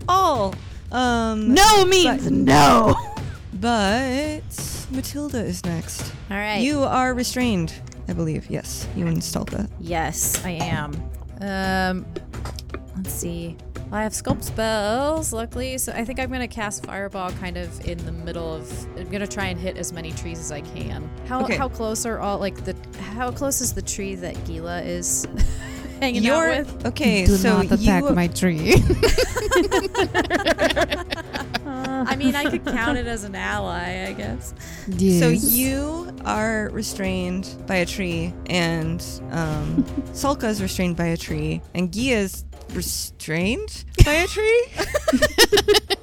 [SPEAKER 1] all. Um.
[SPEAKER 2] No means no.
[SPEAKER 1] But Matilda is next.
[SPEAKER 4] All right.
[SPEAKER 1] You are restrained, I believe. Yes, you installed that.
[SPEAKER 4] Yes, I am. Um, let's see. I have sculpt spells, luckily, so I think I'm gonna cast fireball kind of in the middle of. I'm gonna try and hit as many trees as I can. How
[SPEAKER 1] Okay.
[SPEAKER 4] how close are all like the? How close is the tree that Gila is hanging
[SPEAKER 1] You're
[SPEAKER 4] out with?
[SPEAKER 1] okay.
[SPEAKER 3] Do
[SPEAKER 1] so
[SPEAKER 3] not attack
[SPEAKER 1] you,
[SPEAKER 3] my tree.
[SPEAKER 4] I mean, I could count it as an ally, I guess.
[SPEAKER 1] so
[SPEAKER 3] Yes.
[SPEAKER 1] you are restrained by a tree, and um, Salka is restrained by a tree, and Gia is restrained by a tree.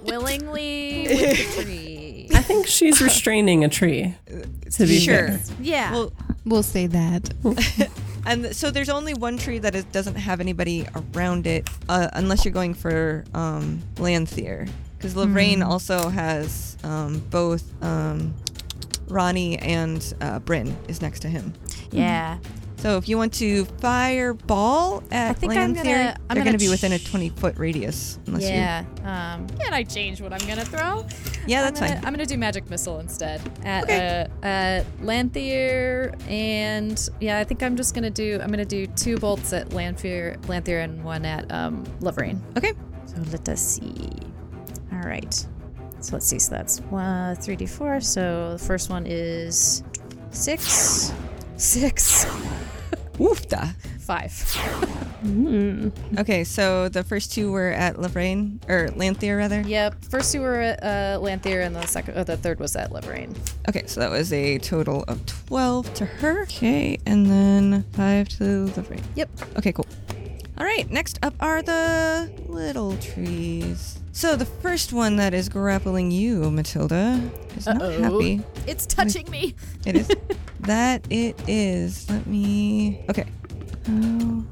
[SPEAKER 4] Willingly with the tree.
[SPEAKER 5] I think she's restraining a tree. To be
[SPEAKER 1] sure.
[SPEAKER 5] fair.
[SPEAKER 4] Yeah.
[SPEAKER 1] Well,
[SPEAKER 3] We'll say that.
[SPEAKER 1] and so there's only one tree that is, doesn't have anybody around it, uh, unless you're going for um, Lanthier, because Lorraine
[SPEAKER 4] Hmm.
[SPEAKER 1] also has um, both. Um, Ronnie and uh, Bryn is next to him.
[SPEAKER 4] yeah.
[SPEAKER 1] So if you want to fireball at
[SPEAKER 4] I think I'm
[SPEAKER 1] Lanthier,
[SPEAKER 4] gonna-
[SPEAKER 1] they're
[SPEAKER 4] I'm
[SPEAKER 1] going to
[SPEAKER 4] gonna
[SPEAKER 1] be within a
[SPEAKER 4] ch-
[SPEAKER 1] 20 foot radius. Unless
[SPEAKER 4] Yeah. Um, can I change what I'm gonna throw?
[SPEAKER 1] Yeah, that's
[SPEAKER 4] I'm gonna,
[SPEAKER 1] fine.
[SPEAKER 4] I'm gonna do magic missile instead at uh, at Lanthier and yeah, I think I'm just gonna do I'm gonna do two bolts at Lanthier, Lanthier and one at um, Loverain.
[SPEAKER 1] You, okay.
[SPEAKER 4] So let us see. All right. So let's see. So that's one three d four. So the first one is six, six,
[SPEAKER 1] Woofda.
[SPEAKER 4] five.
[SPEAKER 1] Okay, so the first two were at Lorraine or Lanthier rather.
[SPEAKER 4] Yep. First two were at uh, Lanthier, and the second, oh, the third was at Loverain.
[SPEAKER 1] Okay, so that was a total of 12 to her. Okay, and then 5 to Lorraine.
[SPEAKER 4] Yep.
[SPEAKER 1] Okay, cool. All right, next up are the little trees. So the first one that is grappling you, Matilda, is not
[SPEAKER 4] Uh-oh.
[SPEAKER 1] happy.
[SPEAKER 4] It's touching me.
[SPEAKER 1] It is. that it is. Let me. Okay. Oh.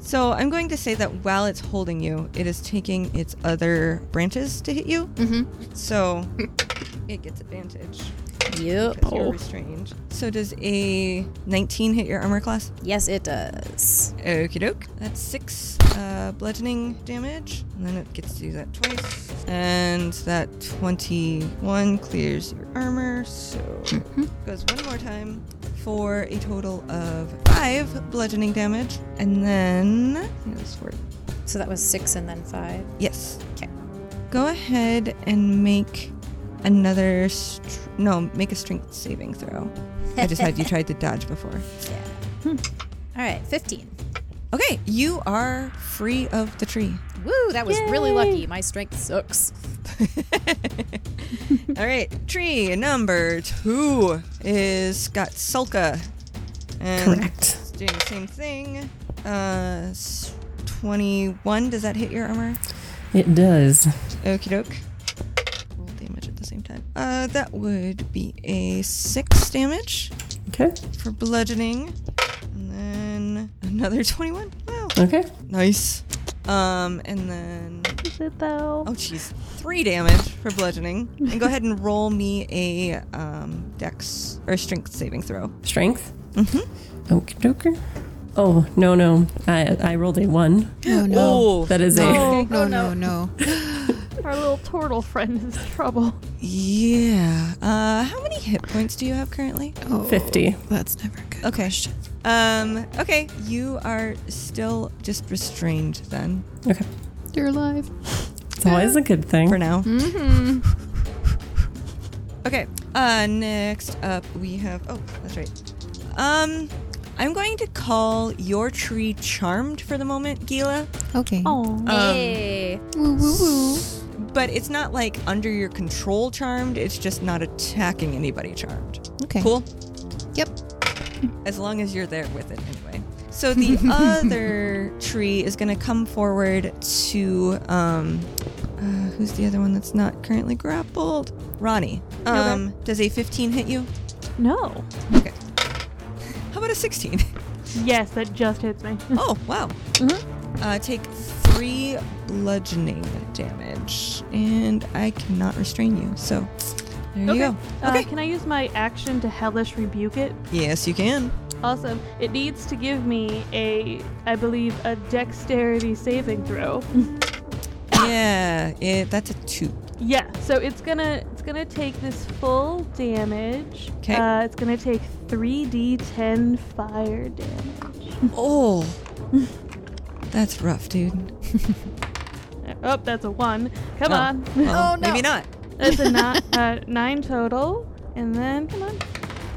[SPEAKER 1] So I'm going to say that while it's holding you, it is taking its other branches to hit you. Mm-hmm. So it gets advantage
[SPEAKER 4] Yep.
[SPEAKER 1] because you're restrained. So does a 19 hit your armor class?
[SPEAKER 4] Yes, it does.
[SPEAKER 1] Okie doke. That's six uh, bludgeoning damage. And then it gets to do that twice. And that 21 clears your armor. So goes one more time for a total of five bludgeoning damage. And then. yeah, that's four.
[SPEAKER 4] So that was six and then five.
[SPEAKER 1] Yes.
[SPEAKER 4] Okay.
[SPEAKER 1] Go ahead and make another. Str- no, make a strength saving throw. I just had you tried to dodge before.
[SPEAKER 4] All right, 15.
[SPEAKER 1] Okay, you are free of the tree.
[SPEAKER 4] Woo, that was really lucky. My strength sucks.
[SPEAKER 1] All right, tree number two is got Sulka. And
[SPEAKER 5] Correct.
[SPEAKER 1] It's doing the same thing. Uh, s- 21. Does that hit your armor?
[SPEAKER 5] It does.
[SPEAKER 1] Okie doke. Roll damage at the same time. Uh, that would be a six damage
[SPEAKER 5] Okay.
[SPEAKER 1] for bludgeoning, and then another 21. Wow,
[SPEAKER 5] Okay.
[SPEAKER 1] nice. Um, and then
[SPEAKER 2] Is it though?
[SPEAKER 1] Oh, jeez. Three damage for bludgeoning. And go ahead and roll me a um, dex or strength saving throw.
[SPEAKER 5] Strength. Mm-hmm. Okie doker. Oh no no! I I rolled a one.
[SPEAKER 3] Oh no.
[SPEAKER 1] Oh,
[SPEAKER 5] That is a
[SPEAKER 3] No, no, no.
[SPEAKER 2] Our little turtle friend is in trouble.
[SPEAKER 1] yeah. Uh, how many hit points do you have currently?
[SPEAKER 3] Oh,
[SPEAKER 5] fifty.
[SPEAKER 3] That's never good.
[SPEAKER 1] Okay. Um, okay. You are still just restrained then
[SPEAKER 5] Okay.
[SPEAKER 3] You're alive.
[SPEAKER 5] It's always a good
[SPEAKER 1] for
[SPEAKER 5] thing.
[SPEAKER 1] now. Okay. Uh, next up we have. Oh, that's right. Um, I'm going to call your tree charmed for the moment, Gila.
[SPEAKER 3] Okay.
[SPEAKER 2] Oh,
[SPEAKER 4] Yay.
[SPEAKER 3] Woo, woo, woo.
[SPEAKER 1] But it's not like under your control charmed, it's just not attacking anybody charmed.
[SPEAKER 3] Okay.
[SPEAKER 1] Cool?
[SPEAKER 3] Yep.
[SPEAKER 1] As long as you're there with it anyway. So the other tree is going to come forward to um uh, who's the other one that's not currently grappled? Ronnie. Um does a 15 hit you?
[SPEAKER 2] no.
[SPEAKER 1] Okay. How about a 16?
[SPEAKER 2] Yes, that just hits me.
[SPEAKER 1] oh, wow.
[SPEAKER 3] Mm-hmm.
[SPEAKER 1] Uh, take 3 bludgeoning damage and I cannot restrain you. So there you go.
[SPEAKER 2] Uh, can I use my action to hellish rebuke it?
[SPEAKER 1] Yes, you can.
[SPEAKER 2] Awesome. It needs to give me a, I believe, a dexterity saving throw.
[SPEAKER 1] yeah, yeah, that's a two.
[SPEAKER 2] yeah. So it's gonna it's gonna take this full damage.
[SPEAKER 1] 'Kay.
[SPEAKER 2] Uh, it's gonna take three d10 fire damage.
[SPEAKER 1] Oh, that's rough, dude.
[SPEAKER 2] oh, that's a one. Come
[SPEAKER 1] Oh.
[SPEAKER 2] on.
[SPEAKER 1] Well, Maybe not.
[SPEAKER 2] That's a nine, uh, nine total, and then come on.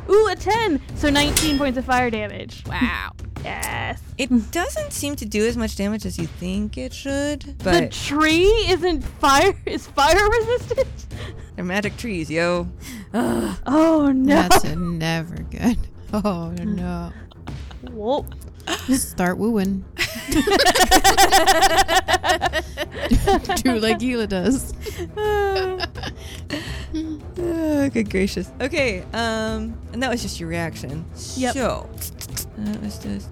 [SPEAKER 2] Ooh, a ten. So 19 points of fire damage.
[SPEAKER 4] Wow.
[SPEAKER 2] Yes.
[SPEAKER 1] It doesn't seem to do as much damage as you think it should,
[SPEAKER 2] The
[SPEAKER 1] but
[SPEAKER 2] tree isn't fire is fire resistant.
[SPEAKER 1] they're magic trees, yo.
[SPEAKER 2] Oh no.
[SPEAKER 3] That's a never good. Oh no.
[SPEAKER 2] Whoa.
[SPEAKER 3] Start wooing. Do like Gila does.
[SPEAKER 1] Oh, good gracious. Okay, um, and that was just your reaction.
[SPEAKER 2] Yep.
[SPEAKER 1] So, that was just.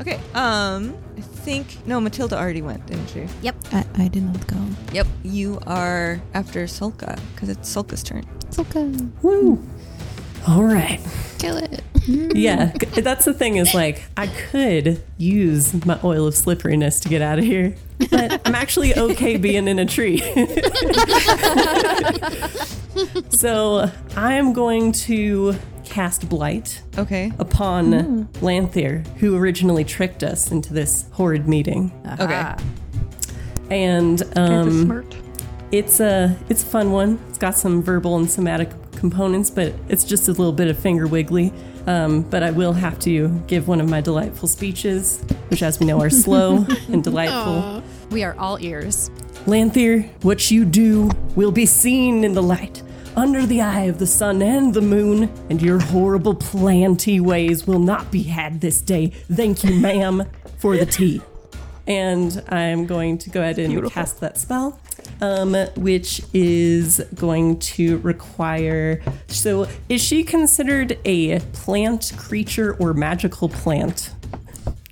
[SPEAKER 1] Okay, um, I think. No, Matilda already went, didn't she?
[SPEAKER 3] I, I did not go.
[SPEAKER 1] Yep. You are after Sulka, because it's Sulka's turn.
[SPEAKER 3] It's okay.
[SPEAKER 5] Woo. All right.
[SPEAKER 3] Kill it.
[SPEAKER 5] Yeah. g- That's the thing is like I could use my oil of slipperiness to get out of here, but I'm actually okay being in a tree. so I'm going to cast blight
[SPEAKER 1] Okay.
[SPEAKER 5] upon Lanthier, who originally tricked us into this horrid meeting.
[SPEAKER 1] Okay.
[SPEAKER 5] And
[SPEAKER 2] That's a
[SPEAKER 5] um,
[SPEAKER 2] smirk.
[SPEAKER 5] it's a it's a fun one. It's got some verbal and somatic components, but it's just a little bit of finger wiggly. Um, but I will have to give one of my delightful speeches, which, as we know, are slow and delightful.
[SPEAKER 4] We are all ears.
[SPEAKER 5] Lanthier, what you do will be seen in the light, under the eye of the sun and the moon, and your horrible planty ways will not be had this day. Thank you, ma'am, for the tea. And I'm going to go ahead and cast that spell, um, which is going to require. So, is she considered a plant creature or magical plant?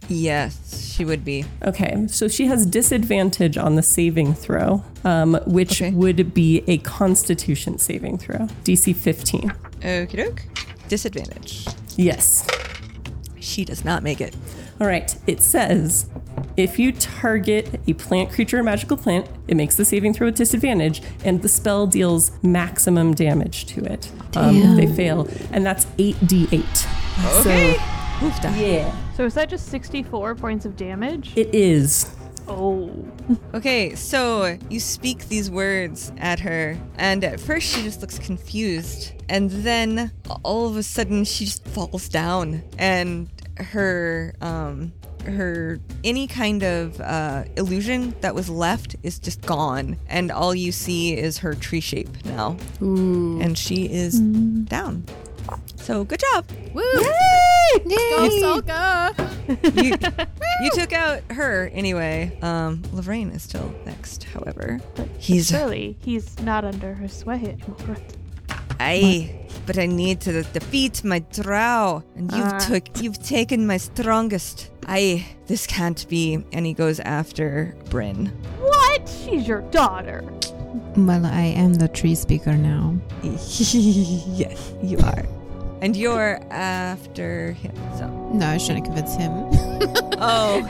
[SPEAKER 1] Yes, she would be.
[SPEAKER 5] Okay, so she has disadvantage on the saving throw, um, which
[SPEAKER 1] Okay.
[SPEAKER 5] would be a Constitution saving throw, DC 15.
[SPEAKER 1] Okie doke. Disadvantage.
[SPEAKER 5] Yes.
[SPEAKER 1] She does not make it.
[SPEAKER 5] All right, it says if you target a plant creature or magical plant, it makes the saving throw with disadvantage, and the spell deals maximum damage to it. Um, if they fail, and that's 8d8.
[SPEAKER 1] Okay.
[SPEAKER 5] Yeah.
[SPEAKER 2] So is that just 64 points of damage?
[SPEAKER 5] It is.
[SPEAKER 2] oh.
[SPEAKER 1] Okay, so you speak these words at her, and at first she just looks confused, and then all of a sudden she just falls down, and her um her any kind of uh, illusion that was left is just gone, and all you see is her tree shape now, and she is down. So good job.
[SPEAKER 4] Woo! Go,
[SPEAKER 3] Yay!
[SPEAKER 4] Solka!
[SPEAKER 1] you, you took out her anyway. Um, Lorraine is still next, however. He's
[SPEAKER 2] Surely he's not under her sway anymore.
[SPEAKER 1] I, but I need to defeat my drow, and you've
[SPEAKER 2] Ah.
[SPEAKER 1] took you've taken my strongest. I this can't be. And he goes after Bryn.
[SPEAKER 2] What? She's your daughter.
[SPEAKER 3] Well, I am the tree speaker now.
[SPEAKER 1] yes, you are. And you're after him. So
[SPEAKER 3] No, I was trying to convince him.
[SPEAKER 1] oh.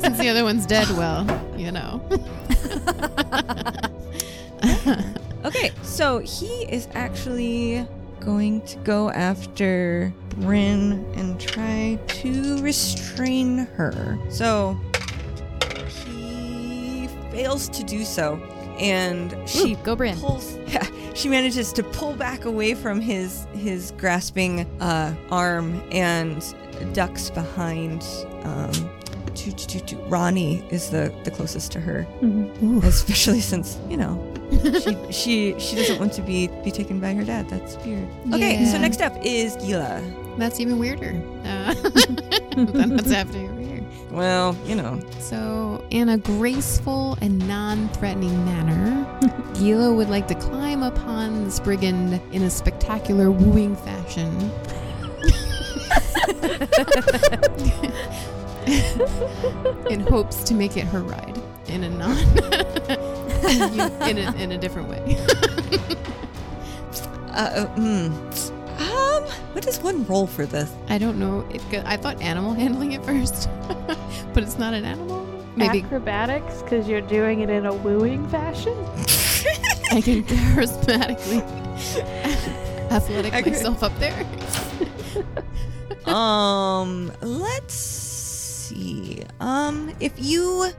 [SPEAKER 3] Since the other one's dead, well, you know.
[SPEAKER 1] Okay, so he is actually going to go after Bryn and try to restrain her. So he fails to do so, and she
[SPEAKER 4] Ooh, go Bryn.
[SPEAKER 1] pulls. Yeah, she manages to pull back away from his his grasping uh, arm and ducks behind. Um, to, to, to, to- Ronnie is the, the closest to her especially since you know she she she doesn't want to be be taken by her dad that's weird okay so
[SPEAKER 3] Yeah.
[SPEAKER 1] next up is gila
[SPEAKER 3] That's even weirder uh, than what's happening over here.
[SPEAKER 1] well you know
[SPEAKER 3] So, in a graceful and non threatening manner, Gila would like to climb upon this brigand in a spectacular wooing fashion. in hopes to make it her ride in a non. in, a, in a different way.
[SPEAKER 1] uh, uh mm. um what does one roll for this
[SPEAKER 3] I don't know. It, go- I thought animal handling at first, but it's not an animal. Maybe
[SPEAKER 2] Acrobatics, because you're doing it in a wooing fashion?
[SPEAKER 3] I can charismatically athletic
[SPEAKER 1] Acro-
[SPEAKER 3] myself up there.
[SPEAKER 1] um let's see um if you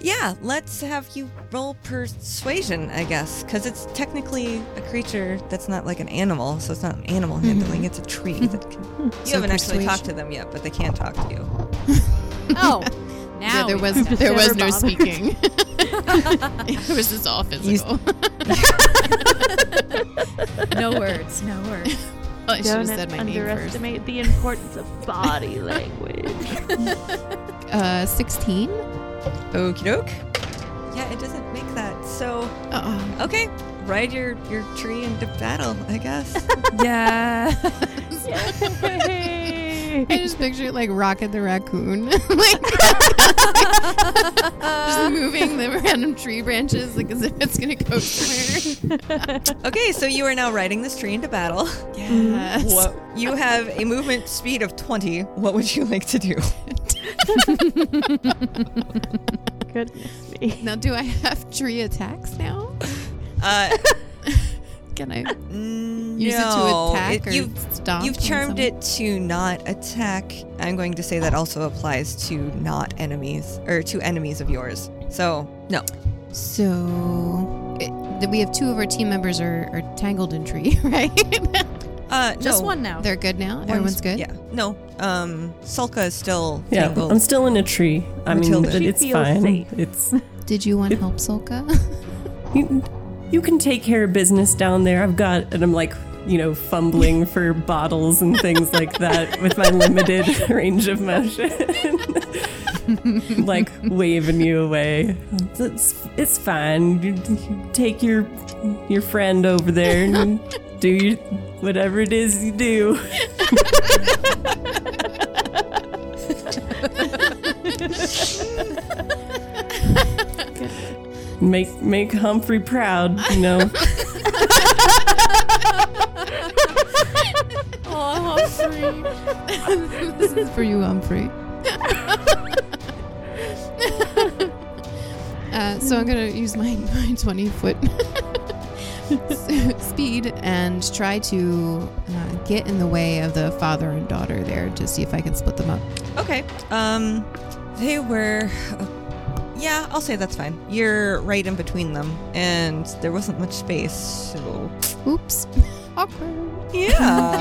[SPEAKER 1] yeah let's have you roll persuasion i guess because it's technically a creature that's not like an animal so it's not an animal handling it's a tree that can you
[SPEAKER 3] Mm-hmm. So
[SPEAKER 1] haven't actually
[SPEAKER 3] persuasion.
[SPEAKER 1] talked to them yet but they can talk to you
[SPEAKER 4] Oh, now
[SPEAKER 3] Yeah, there
[SPEAKER 4] we
[SPEAKER 3] was
[SPEAKER 4] find out.
[SPEAKER 3] there was
[SPEAKER 2] Never
[SPEAKER 3] no
[SPEAKER 2] bothered.
[SPEAKER 3] speaking. it was just all physical.
[SPEAKER 4] no words, no words.
[SPEAKER 3] I should have
[SPEAKER 2] Don't
[SPEAKER 3] said my name first.
[SPEAKER 2] underestimate the importance of body language.
[SPEAKER 3] Uh, sixteen.
[SPEAKER 1] Okie doke. Yeah, it doesn't make that. So
[SPEAKER 3] Oh,
[SPEAKER 1] okay, ride your your tree into battle, I guess. Uh.
[SPEAKER 4] Yeah.
[SPEAKER 2] Yay!
[SPEAKER 3] I just picture like Rocket the raccoon, like just moving the random tree branches, like as if it's gonna go somewhere.
[SPEAKER 1] okay, so you are now riding this tree into battle.
[SPEAKER 3] Yes.
[SPEAKER 1] You have a movement speed of twenty. What would you like to do?
[SPEAKER 2] Goodness me.
[SPEAKER 3] Now, do I have tree attacks now?
[SPEAKER 1] Uh,
[SPEAKER 3] Can I use
[SPEAKER 1] no,
[SPEAKER 3] it to attack or
[SPEAKER 1] you've
[SPEAKER 3] stomp?
[SPEAKER 1] you've
[SPEAKER 3] on
[SPEAKER 1] charmed
[SPEAKER 3] someone?
[SPEAKER 1] it to not attack. I'm going to say that also applies to not enemies or to enemies of yours. So no.
[SPEAKER 3] So, it, th- we have two of our team members are, are tangled in tree, right?
[SPEAKER 1] Uh,
[SPEAKER 4] Just
[SPEAKER 1] no.
[SPEAKER 4] one now.
[SPEAKER 3] They're good now. Everyone's good.
[SPEAKER 1] Yeah. No. Um, Sulka is still
[SPEAKER 5] Yeah,
[SPEAKER 1] tangled.
[SPEAKER 5] I'm still in a tree. I mean,
[SPEAKER 1] Matilda.
[SPEAKER 5] but
[SPEAKER 1] She
[SPEAKER 5] it's
[SPEAKER 2] feels
[SPEAKER 5] fine.
[SPEAKER 2] safe.
[SPEAKER 5] It's
[SPEAKER 3] Did you want help, Solka?
[SPEAKER 5] you, you can take care of business down there. I've got, and I'm like, you know, fumbling for bottles and things like that with my limited range of motion. like waving you away. It's, it's fine. You, you take your your friend over there and do your, whatever it is you do. Make make Humphrey proud, you know.
[SPEAKER 4] Oh, Humphrey.
[SPEAKER 3] this is for you, Humphrey. uh, so I'm gonna use my my 20 foot speed and try to uh, get in the way of the father and daughter there to see if I can split them up.
[SPEAKER 1] Okay. Um, they were. uh, yeah, I'll say that's fine. You're right in between them, and there wasn't much space, so.
[SPEAKER 3] Oops. Awkward.
[SPEAKER 1] Yeah.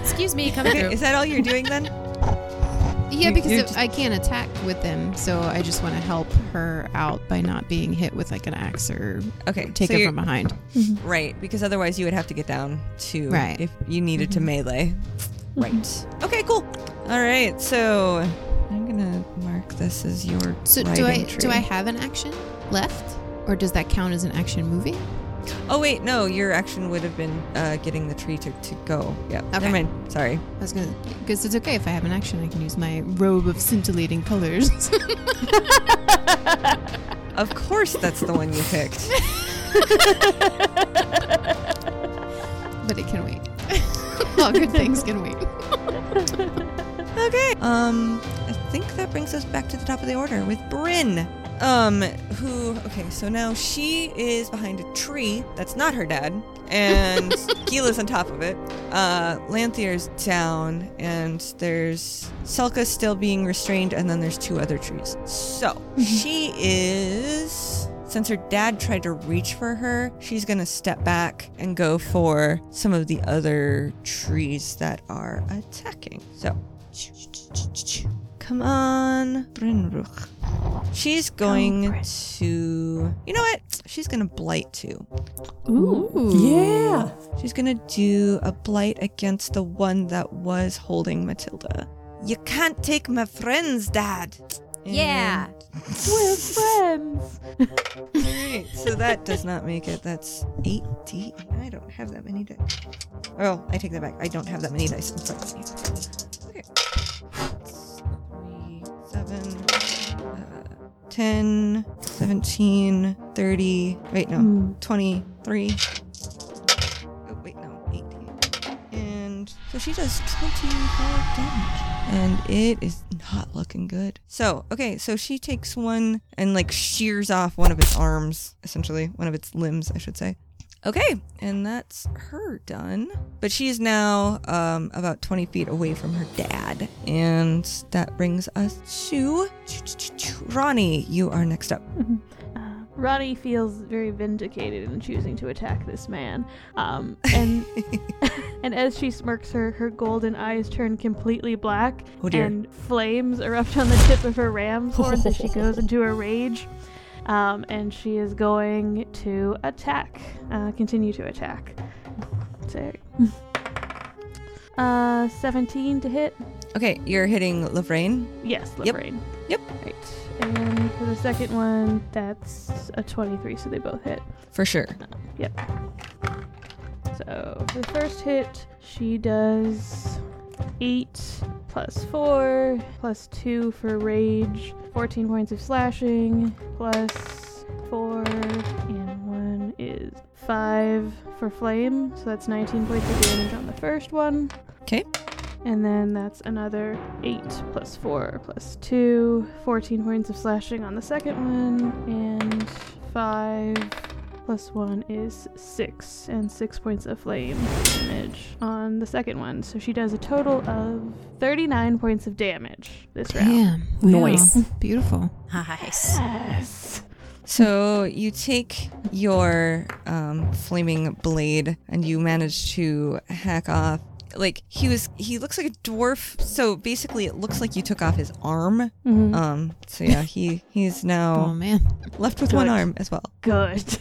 [SPEAKER 4] Excuse me, come
[SPEAKER 1] okay,
[SPEAKER 4] through.
[SPEAKER 1] is that all you're doing then?
[SPEAKER 3] Yeah, because
[SPEAKER 5] you're
[SPEAKER 3] if-
[SPEAKER 5] just-
[SPEAKER 3] I can't attack with them, so I just want to help her out by not being hit with like an axe or
[SPEAKER 1] Okay.
[SPEAKER 3] take
[SPEAKER 1] so
[SPEAKER 3] her
[SPEAKER 1] you're-
[SPEAKER 3] from behind.
[SPEAKER 1] Right, because otherwise you would have to get down to
[SPEAKER 3] Right. Mm-hmm.
[SPEAKER 1] if you needed to melee. Right. Okay, cool. All right, so I'm gonna mark this as your.
[SPEAKER 3] So do I
[SPEAKER 1] writing tree.
[SPEAKER 3] do I have an action left, or does that count as an action movie?
[SPEAKER 1] Oh wait, no. Your action would have been uh, getting the tree to, to go. Yeah.
[SPEAKER 3] Okay.
[SPEAKER 1] Never mind. Sorry.
[SPEAKER 3] I was gonna, because it's okay if I have an action, I can use my robe of scintillating colors.
[SPEAKER 1] Of course, that's the one you picked.
[SPEAKER 3] but it can wait. All good things can wait.
[SPEAKER 1] Okay. Um, I think that brings us back to the top of the order with Bryn. Um, who? Okay, so now she is behind a tree. That's not her dad. And Gila's on top of it. Uh, Lanthier's down, and there's Selka still being restrained, and then there's two other trees. So she is. Since her dad tried to reach for her, she's gonna step back and go for some of the other trees that are attacking. So Come on, Brynruch. She's going to. You know what? She's going to blight too.
[SPEAKER 5] yeah.
[SPEAKER 1] She's going to do a blight against the one that was holding Matilda. You can't take my friends, Dad.
[SPEAKER 4] Yeah.
[SPEAKER 2] We're friends.
[SPEAKER 1] Alright, so that does not make it. That's 8d. I don't have that many dice. Oh, I take that back. I don't have that many dice in front of me. Okay. That's Three, seven, uh, 10, 17, 30. Wait, no. 23. Oh, wait, no. 18. And so she does 25 damage. And it is not looking good. So, okay, so she takes one and like shears off one of its arms, essentially, one of its limbs, I should say. Okay, and that's her done. But she is now um, about 20 feet away from her dad. And that brings us to Ronnie. You are next up.
[SPEAKER 2] Uh, Ronnie feels very vindicated in choosing to attack this man. Um, and and as she smirks, her her golden eyes turn completely black,
[SPEAKER 1] Oh, dear.
[SPEAKER 2] and flames erupt on the tip of her ram's horns as she goes into a rage. Um, and she is going to attack, uh, continue to attack. Sorry. Uh, 17 to hit.
[SPEAKER 1] Okay, you're hitting Lavrain.
[SPEAKER 2] Yes,
[SPEAKER 1] Yep.
[SPEAKER 2] Liverine.
[SPEAKER 1] Yep.
[SPEAKER 2] Right. And for the second one, that's a 23, so they both hit.
[SPEAKER 1] For sure.
[SPEAKER 2] Yep. So for the first hit, she does 8 plus 4 plus 2 for rage, 14 points of slashing, plus 4, and 1 is 5 for flame, so that's 19 points of damage on the first one.
[SPEAKER 1] 'Kay.
[SPEAKER 2] And then that's another 8 plus 4 plus 2, 14 points of slashing on the second one, and 5 plus one is six, and six points of flame damage on the second one. So she does a total of 39 points of damage this round.
[SPEAKER 3] Damn.
[SPEAKER 5] Nice.
[SPEAKER 3] Wow. Beautiful.
[SPEAKER 4] Nice.
[SPEAKER 2] Yes.
[SPEAKER 1] So you take your um, flaming blade and you manage to hack off. Like he was, he looks like a dwarf. So basically, it looks like you took off his arm.
[SPEAKER 2] Mhm.
[SPEAKER 1] Um. So yeah, he he's
[SPEAKER 3] Oh,
[SPEAKER 1] now
[SPEAKER 3] man.
[SPEAKER 1] left with one
[SPEAKER 2] Dork.
[SPEAKER 1] arm as well.
[SPEAKER 2] Good.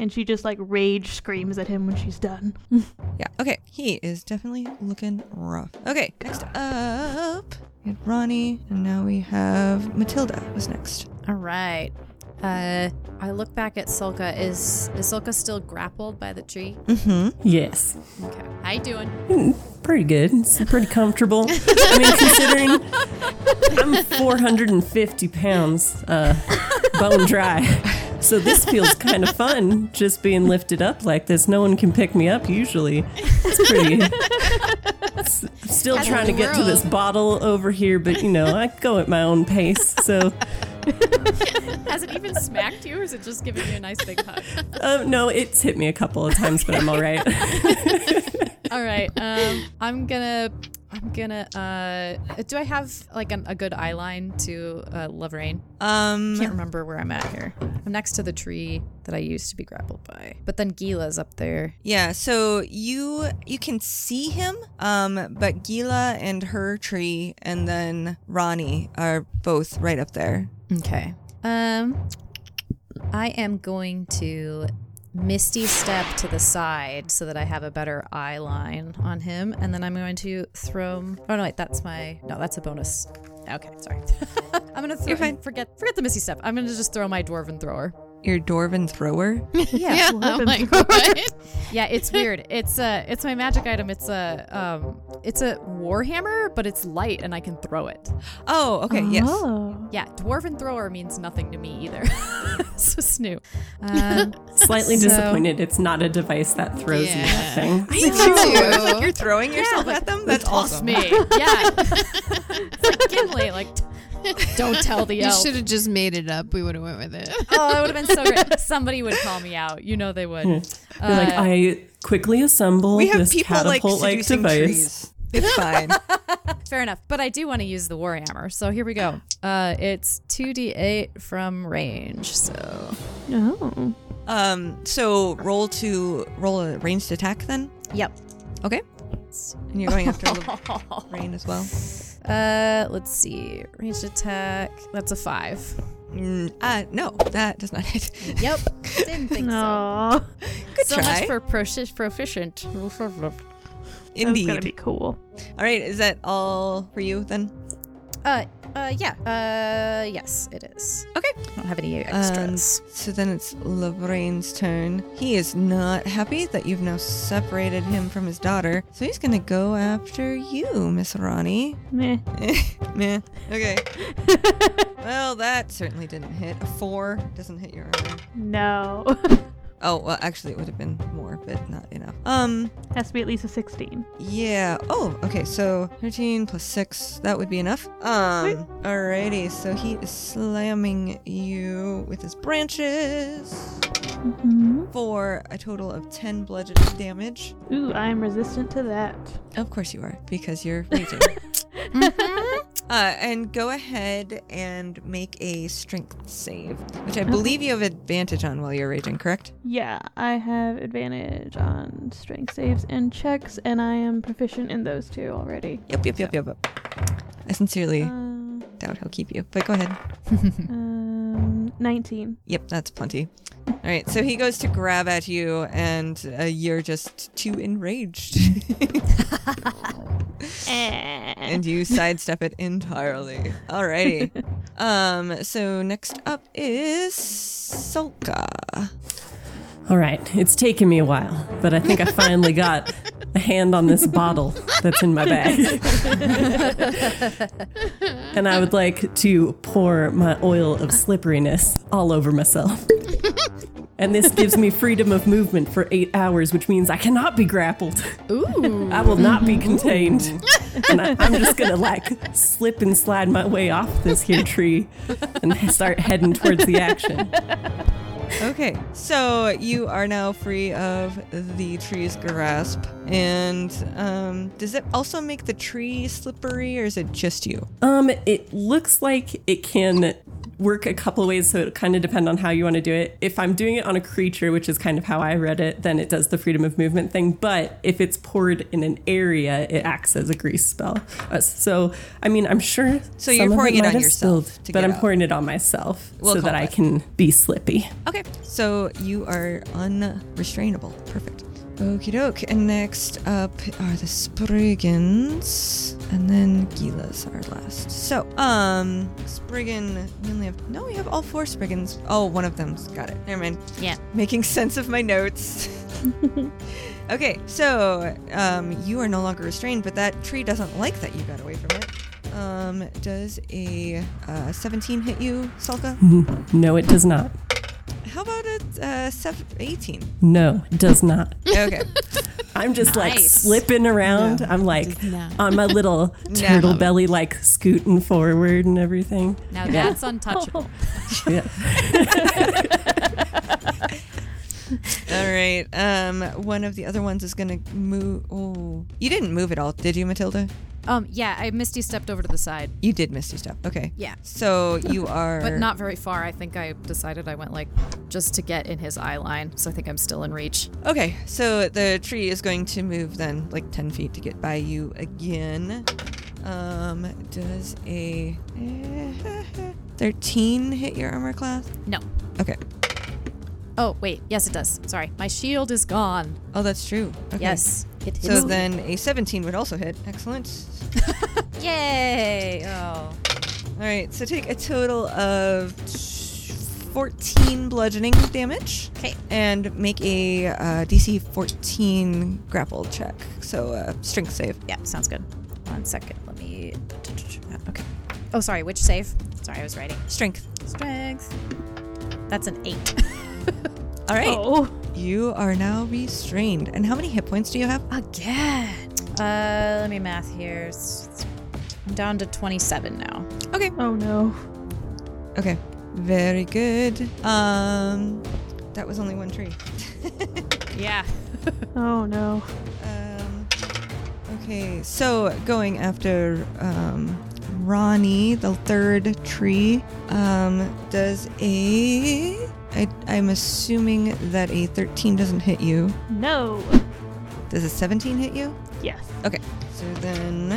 [SPEAKER 2] And she just like rage screams at him when she's done.
[SPEAKER 1] Yeah. Okay. He is definitely looking rough. Okay. Next up, we had Ronnie, and now we have Matilda. Was next?
[SPEAKER 4] All right. Uh, I look back at Sulka. Is is Sulka still grappled by the tree?
[SPEAKER 1] Mm-hmm.
[SPEAKER 5] Yes.
[SPEAKER 3] Mm.
[SPEAKER 4] Okay. How you doing?
[SPEAKER 5] Pretty good. It's pretty comfortable. I mean, considering I'm 450 pounds, uh, bone dry. So this feels kind of fun, just being lifted up like this. No one can pick me up usually. It's pretty. S- Still
[SPEAKER 3] That's
[SPEAKER 5] trying to
[SPEAKER 3] the
[SPEAKER 5] get to this
[SPEAKER 3] world.
[SPEAKER 5] bottle over here, but you know I go at my own pace. So
[SPEAKER 4] Has it even smacked you, or is it just giving you a nice big hug?
[SPEAKER 5] uh, no, it's hit me a couple of times, but I'm all right.
[SPEAKER 4] All right. Um, I'm gonna. I'm gonna. Uh, do I have like an, a good eye line to uh, Lorraine?
[SPEAKER 1] Um,
[SPEAKER 4] Can't remember where I'm at here. I'm next to the tree that I used to be grappled by, but then Gila's up there.
[SPEAKER 1] yeah. So you you can see him, um, but Gila and her tree, and then Ronnie are both right up there.
[SPEAKER 4] Okay. Um, I am going to misty step to the side so that I have a better eye line on him, and then I'm going to throw. Him, oh no, wait, that's my no, that's a bonus. Okay, sorry. I'm gonna throw. Forget forget the misty step. I'm gonna just throw my dwarven thrower.
[SPEAKER 1] Your dwarven thrower.
[SPEAKER 3] Yeah, oh my God.
[SPEAKER 4] Yeah, it's weird. It's a it's my magic item. It's a um it's a warhammer, but it's light and I can throw it.
[SPEAKER 1] Oh, okay. Yes.
[SPEAKER 2] Oh.
[SPEAKER 4] Yeah, dwarven thrower means nothing to me either. so snoo. Um,
[SPEAKER 5] Slightly
[SPEAKER 4] So-
[SPEAKER 5] disappointed. It's not a device that throws you
[SPEAKER 3] Yeah.
[SPEAKER 5] that thing.
[SPEAKER 3] Ew.
[SPEAKER 1] You're throwing yourself at them. That's awesome.
[SPEAKER 4] me. Yeah. it's like Gimli, like don't tell the
[SPEAKER 3] You
[SPEAKER 4] elf.
[SPEAKER 3] should have just made it up. We would have went with it.
[SPEAKER 4] Oh, that would have been so great. Somebody would call me out. You know they would.
[SPEAKER 5] Hmm. You're like I quickly assemble
[SPEAKER 1] We have
[SPEAKER 5] this
[SPEAKER 1] people like
[SPEAKER 5] catapult-like
[SPEAKER 1] seducing
[SPEAKER 5] device.
[SPEAKER 1] trees. It's fine.
[SPEAKER 4] Fair enough. But I do want to use the warhammer. So here we go. Uh, it's two d eight from range. So
[SPEAKER 2] Oh.
[SPEAKER 1] um, so roll to roll a ranged attack then.
[SPEAKER 4] yep.
[SPEAKER 1] Okay. And you're going after rain as well.
[SPEAKER 4] Uh, let's see. Ranged attack. That's a five.
[SPEAKER 1] Mm, uh, no, that does not hit.
[SPEAKER 4] Yep. Didn't think
[SPEAKER 2] No.
[SPEAKER 1] Good
[SPEAKER 4] so. So
[SPEAKER 1] try.
[SPEAKER 4] much for profi- proficient.
[SPEAKER 2] That's gonna
[SPEAKER 1] Indeed.
[SPEAKER 2] be cool.
[SPEAKER 1] all right, is that all for you then?
[SPEAKER 4] Uh, uh, yeah. Uh, yes, it is.
[SPEAKER 1] Okay.
[SPEAKER 4] I don't have any
[SPEAKER 1] Uh,
[SPEAKER 4] extras.
[SPEAKER 1] Um, So then it's Lorraine's turn. He is not happy that you've now separated him from his daughter, so he's gonna go after you, Miss Ronnie.
[SPEAKER 2] Meh.
[SPEAKER 1] Meh. Okay. well, that certainly didn't hit. A four doesn't hit your armor.
[SPEAKER 2] No.
[SPEAKER 1] Oh, well, actually, it would have been more, but not enough. Um,
[SPEAKER 2] Has to be at least a 16.
[SPEAKER 1] Yeah. Oh, okay. So 13 plus 6, that would be enough. Um, alrighty. So he is slamming you with his branches
[SPEAKER 2] Mm-hmm.
[SPEAKER 1] for a total of 10 bludgeoning damage.
[SPEAKER 2] Ooh, I am resistant to that.
[SPEAKER 1] Of course you are, because you're raging. uh, and go ahead and make a strength save, which I believe you have advantage on while you're raging, correct?
[SPEAKER 2] Yeah, I have advantage on strength saves and checks, and I am proficient in those two already.
[SPEAKER 1] Yep, yep, yep, yep. yep. I sincerely
[SPEAKER 2] Uh,
[SPEAKER 1] doubt he'll keep you, but go ahead.
[SPEAKER 2] um, 19.
[SPEAKER 1] Yep, that's plenty. All right, so he goes to grab at you, and uh, you're just too enraged,
[SPEAKER 2] Eh.
[SPEAKER 1] and you sidestep it entirely. Alrighty. Um, so next up is Solka.
[SPEAKER 5] All right, it's taken me a while, but I think I finally got a hand on this bottle that's in my bag. and I would like to pour my oil of slipperiness all over myself. And this gives me freedom of movement for eight hours, which means I cannot be grappled. Ooh. I will not be contained. And I, I'm just gonna like slip and slide my way off this here tree and start heading towards the action.
[SPEAKER 1] Okay, so you are now free of the tree's grasp, and um, does it also make the tree slippery, or is it just you?
[SPEAKER 5] Um, it looks like it can work a couple ways, so it kind of depend on how you want to do it. If I'm doing it on a creature, which is kind of how I read it, then it does the freedom of movement thing. But if it's poured in an area, it acts as a grease spell. Uh, so, I mean, I'm sure.
[SPEAKER 1] So you're
[SPEAKER 5] some of
[SPEAKER 1] pouring it
[SPEAKER 5] might
[SPEAKER 1] on
[SPEAKER 5] have
[SPEAKER 1] yourself
[SPEAKER 5] spilled,
[SPEAKER 1] to
[SPEAKER 5] but
[SPEAKER 1] get
[SPEAKER 5] I'm
[SPEAKER 1] out.
[SPEAKER 5] pouring it on myself
[SPEAKER 1] We'll
[SPEAKER 5] so
[SPEAKER 1] call
[SPEAKER 5] that I
[SPEAKER 1] it.
[SPEAKER 5] can be slippy.
[SPEAKER 1] Okay, so you are unrestrainable. Perfect. Okie doke. And next up are the Spriggans. And then Gila's are last. So, um, Spriggan, we only have, no, we have all four Spriggans. Oh, one of them's got it. Never mind.
[SPEAKER 4] Yeah.
[SPEAKER 1] Making sense of my notes. okay, so, um, you are no longer restrained, but that tree doesn't like that you got away from it. Um, does a uh, 17 hit you, Salka?
[SPEAKER 5] No, it does not.
[SPEAKER 1] How about a uh, sev- 18?
[SPEAKER 5] No, it does not.
[SPEAKER 1] Okay.
[SPEAKER 5] I'm just like
[SPEAKER 4] Nice.
[SPEAKER 5] slipping around. I'm like on my little turtle belly, like scooting forward and everything.
[SPEAKER 4] Now that's untouchable.
[SPEAKER 5] Yeah.
[SPEAKER 1] all right. Um, one of the other ones is gonna move. Oh, you didn't move at all, did you, Matilda?
[SPEAKER 4] Um, yeah, I Misty stepped over to the side,
[SPEAKER 1] You did misty step. Okay.
[SPEAKER 4] Yeah.
[SPEAKER 1] So you are.
[SPEAKER 4] but not very far. I think I decided I went like just to get in his eye line, so I think I'm still in reach.
[SPEAKER 1] Okay. So the tree is going to move then, like ten feet, to get by you again. Um, does a thirteen hit your armor class?
[SPEAKER 4] No.
[SPEAKER 1] Okay.
[SPEAKER 4] Oh wait, yes it does. Sorry, my shield is gone.
[SPEAKER 1] Oh, that's true. Okay.
[SPEAKER 4] Yes, it hits.
[SPEAKER 1] So
[SPEAKER 4] me.
[SPEAKER 1] then a seventeen would also hit. Excellent.
[SPEAKER 4] Yay!
[SPEAKER 1] All
[SPEAKER 4] Oh.
[SPEAKER 1] right, so take a total of 14 bludgeoning damage.
[SPEAKER 4] 'Kay.
[SPEAKER 1] And make a uh, DC 14 grapple check. So, uh, strength save.
[SPEAKER 4] Yeah, sounds good. One second. Let me. Okay. Oh, sorry. Which save? Sorry, I was writing.
[SPEAKER 1] Strength.
[SPEAKER 4] Strength. That's an eight.
[SPEAKER 1] All right.
[SPEAKER 2] Oh,
[SPEAKER 1] You are now restrained. And how many hit points do you have?
[SPEAKER 4] Again. Uh, let me math here. S- I'm down to 27 now.
[SPEAKER 2] oh no.
[SPEAKER 1] Okay. Very good. Um, that was only one tree.
[SPEAKER 4] Yeah.
[SPEAKER 2] Oh no.
[SPEAKER 1] Um, okay, so going after um, Ronnie, the third tree, um, does a. I, I'm assuming that a 13 doesn't hit you.
[SPEAKER 2] No.
[SPEAKER 1] Does a 17 hit you?
[SPEAKER 2] Yes.
[SPEAKER 1] Okay, so then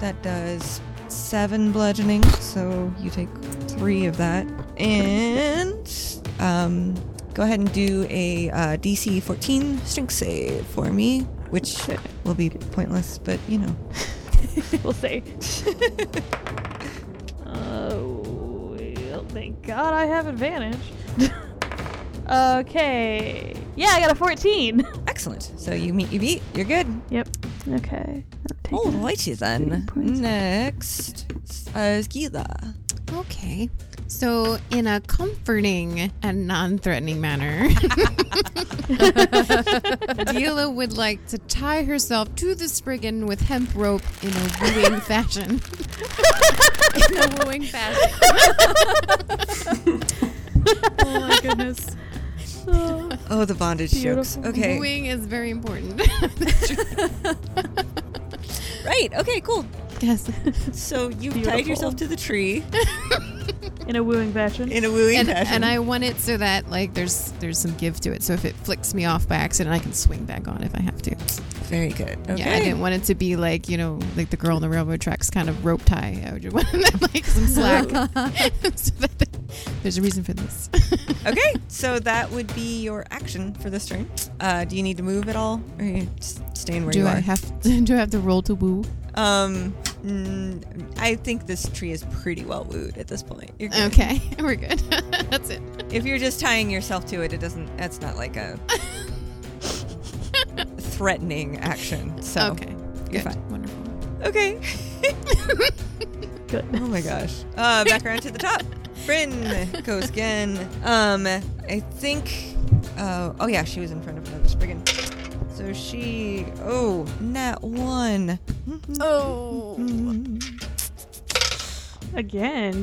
[SPEAKER 1] that does seven bludgeoning, so you take three of that. And um, go ahead and do a uh, DC 14 strength save for me, which will be pointless, but you know.
[SPEAKER 2] We'll see. Oh, well, thank God I have advantage. okay. Yeah, I got a 14.
[SPEAKER 1] Excellent. So you meet, you beat, you're good.
[SPEAKER 2] yep. Okay. Take
[SPEAKER 1] Oh.
[SPEAKER 2] that.
[SPEAKER 1] Alrighty then. Next, uh, Gila.
[SPEAKER 3] Okay. So, in a comforting and non threatening manner, Dila would like to tie herself to the spriggan with hemp rope in a wooing fashion.
[SPEAKER 4] In a wooing fashion. oh my goodness.
[SPEAKER 1] Oh, the bondage jokes.
[SPEAKER 2] Beautiful.
[SPEAKER 1] Okay.
[SPEAKER 3] Wooing is very important.
[SPEAKER 1] Right. Okay, cool.
[SPEAKER 3] yes.
[SPEAKER 1] So you tied
[SPEAKER 2] Beautiful.
[SPEAKER 1] yourself to the tree
[SPEAKER 2] In a wooing fashion.
[SPEAKER 1] in a wooing
[SPEAKER 3] And,
[SPEAKER 1] fashion.
[SPEAKER 3] and I want it so that like there's there's some give to it. So if it flicks me off by accident, I can swing back on if I have to.
[SPEAKER 1] Very good. Okay.
[SPEAKER 3] Yeah, I didn't want it to be like you know, like the girl on the railroad tracks kind of rope tie. I just wanted like some slack. so that there's a reason for this.
[SPEAKER 1] okay, so that would be your action for this turn. Uh, do you need to move at all, or are you just staying where
[SPEAKER 3] do
[SPEAKER 1] you
[SPEAKER 3] I
[SPEAKER 1] are?
[SPEAKER 3] have to, do I have to roll to woo?
[SPEAKER 1] um, mm, I think this tree is pretty well wooed at this point. You're good.
[SPEAKER 3] Okay, we're good. That's it.
[SPEAKER 1] If you're just tying yourself to it, it doesn't. That's not like a threatening action. So
[SPEAKER 3] okay,
[SPEAKER 1] you're
[SPEAKER 3] good,
[SPEAKER 1] fine.
[SPEAKER 3] wonderful.
[SPEAKER 1] Okay.
[SPEAKER 2] Good.
[SPEAKER 1] Oh my gosh. Uh, back around to the top. Bryn goes again. Um, I think. Uh, oh yeah, she was in front of another Spriggan. So she. Oh, nat one.
[SPEAKER 4] Oh.
[SPEAKER 2] Again.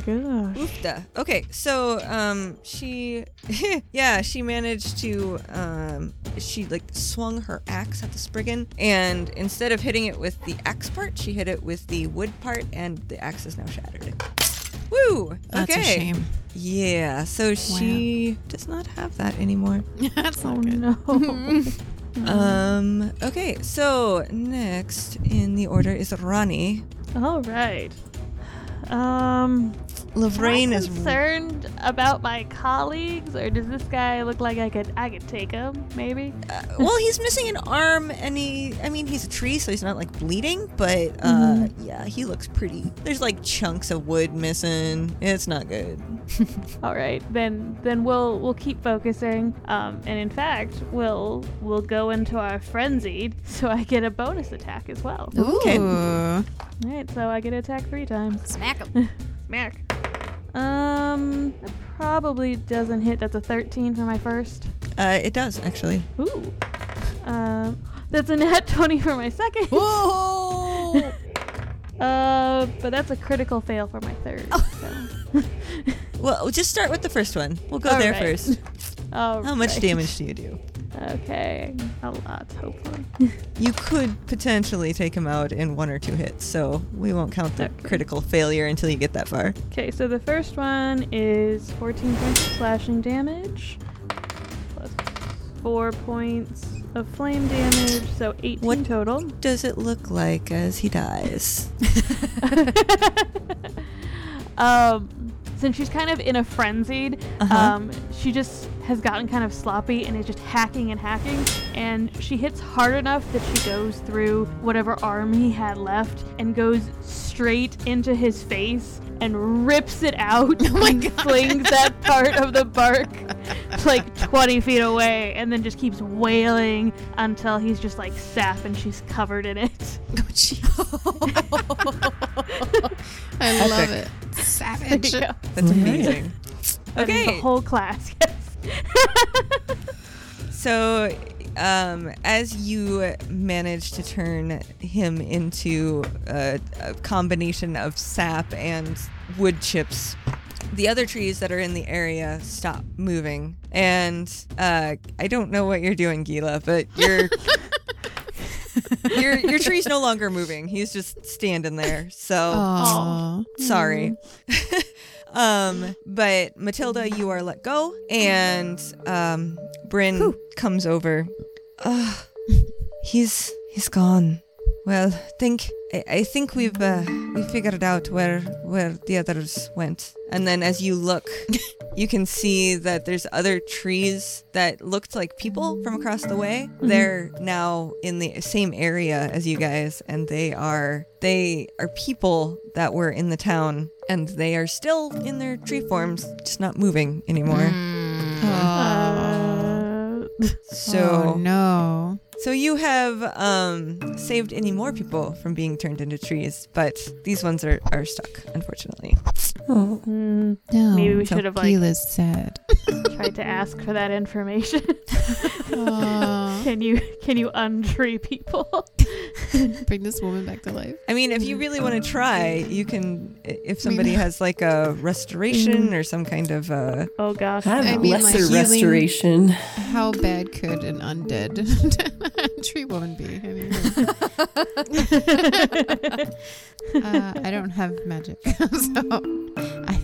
[SPEAKER 2] Gosh.
[SPEAKER 1] Oofda. Okay, so um, she, yeah, she managed to, um, she like swung her axe at the Spriggan, and instead of hitting it with the axe part, she hit it with the wood part, and the axe is now shattered. Woo! Okay.
[SPEAKER 3] That's a shame.
[SPEAKER 1] Yeah, so she does not have that anymore.
[SPEAKER 3] That's
[SPEAKER 2] Oh
[SPEAKER 3] not good.
[SPEAKER 2] no.
[SPEAKER 1] Um, okay, so next in the order is Rani.
[SPEAKER 2] All right. Um,
[SPEAKER 1] Lorraine
[SPEAKER 2] Am I
[SPEAKER 1] is
[SPEAKER 2] concerned about my colleagues, or does this guy look like I could I could take him? Maybe.
[SPEAKER 1] well. He's missing an arm, and he—I mean, he's a tree, so he's not like bleeding. But uh,
[SPEAKER 2] Mm-hmm.
[SPEAKER 1] yeah, he looks pretty. There's like chunks of wood missing. It's not good.
[SPEAKER 2] All right, then then we'll we'll keep focusing. Um, and in fact, we'll we'll go into our frenzied, so I get a bonus attack as well.
[SPEAKER 1] Okay.
[SPEAKER 3] Ooh.
[SPEAKER 2] All right, so I get attack three times.
[SPEAKER 4] Smack 'em.
[SPEAKER 2] Smack. Um, that probably doesn't hit. That's a thirteen for my first.
[SPEAKER 1] Uh, it does actually.
[SPEAKER 2] Ooh. Um, that's a nat twenty for my second.
[SPEAKER 3] Whoa!
[SPEAKER 2] Uh, but that's a critical fail for my third.
[SPEAKER 1] Oh.
[SPEAKER 2] So.
[SPEAKER 1] Well, just start with the first one. We'll go
[SPEAKER 2] All
[SPEAKER 1] there
[SPEAKER 2] right.
[SPEAKER 1] first.
[SPEAKER 2] All
[SPEAKER 1] How much
[SPEAKER 2] right.
[SPEAKER 1] damage do you do?
[SPEAKER 2] Okay, a lot, hopefully.
[SPEAKER 1] You could potentially take him out in one or two hits, so we won't count the
[SPEAKER 2] Okay.
[SPEAKER 1] critical failure until you get that far.
[SPEAKER 2] Okay, so the first one is 14 points of slashing damage, plus four points of flame damage, so 18
[SPEAKER 1] What-
[SPEAKER 2] total.
[SPEAKER 1] Does it look like as he dies?
[SPEAKER 2] um, since she's kind of in a frenzied,
[SPEAKER 1] Uh-huh.
[SPEAKER 2] um, she just has gotten kind of sloppy and is just hacking and hacking. And she hits hard enough that she goes through whatever arm he had left and goes straight into his face and rips it out
[SPEAKER 3] Oh my
[SPEAKER 2] and
[SPEAKER 3] God.
[SPEAKER 2] flings that part of the bark like 20 feet away and then just keeps wailing until he's just like sap and she's covered in it.
[SPEAKER 3] Oh, jeez. I love it. Savage.
[SPEAKER 2] Yeah.
[SPEAKER 1] That's amazing.
[SPEAKER 2] That is
[SPEAKER 1] Okay.
[SPEAKER 2] the whole class.
[SPEAKER 1] So, um, as you manage to turn him into a, a combination of sap and wood chips, the other trees that are in the area stop moving. And uh, I don't know what you're doing, Gila, but your your your tree's no longer moving. He's just standing there. So
[SPEAKER 3] Aw.
[SPEAKER 1] sorry um but matilda you are let go and um bryn comes over Ugh, he's he's gone well think i, I think we've uh, we figured out where where the others went and then as you look you can see that there's other trees that looked like people from across the way. They're now in the same area as you guys, and they are they are people that were in the town, and they are still in their tree forms, just not moving anymore.
[SPEAKER 2] Uh,
[SPEAKER 1] So
[SPEAKER 3] Oh, no.
[SPEAKER 1] so you have um, saved any more people from being turned into trees, but these ones are are stuck, unfortunately.
[SPEAKER 5] Oh,
[SPEAKER 2] mm,
[SPEAKER 3] No.
[SPEAKER 2] Maybe we
[SPEAKER 3] so
[SPEAKER 2] should have, like-
[SPEAKER 3] Gila's sad.
[SPEAKER 2] tried to ask for that information.
[SPEAKER 3] Aw.
[SPEAKER 2] can you can you untree people?
[SPEAKER 3] Bring this woman back to life.
[SPEAKER 1] I mean, if you really want to try, you can. i- If somebody has like a restoration or some kind of uh,
[SPEAKER 2] Oh gosh.
[SPEAKER 5] have
[SPEAKER 3] I mean, like,
[SPEAKER 5] lesser
[SPEAKER 3] healing-
[SPEAKER 5] restoration.
[SPEAKER 3] How bad could an undead tree woman be? I, mean, uh, I don't have magic, so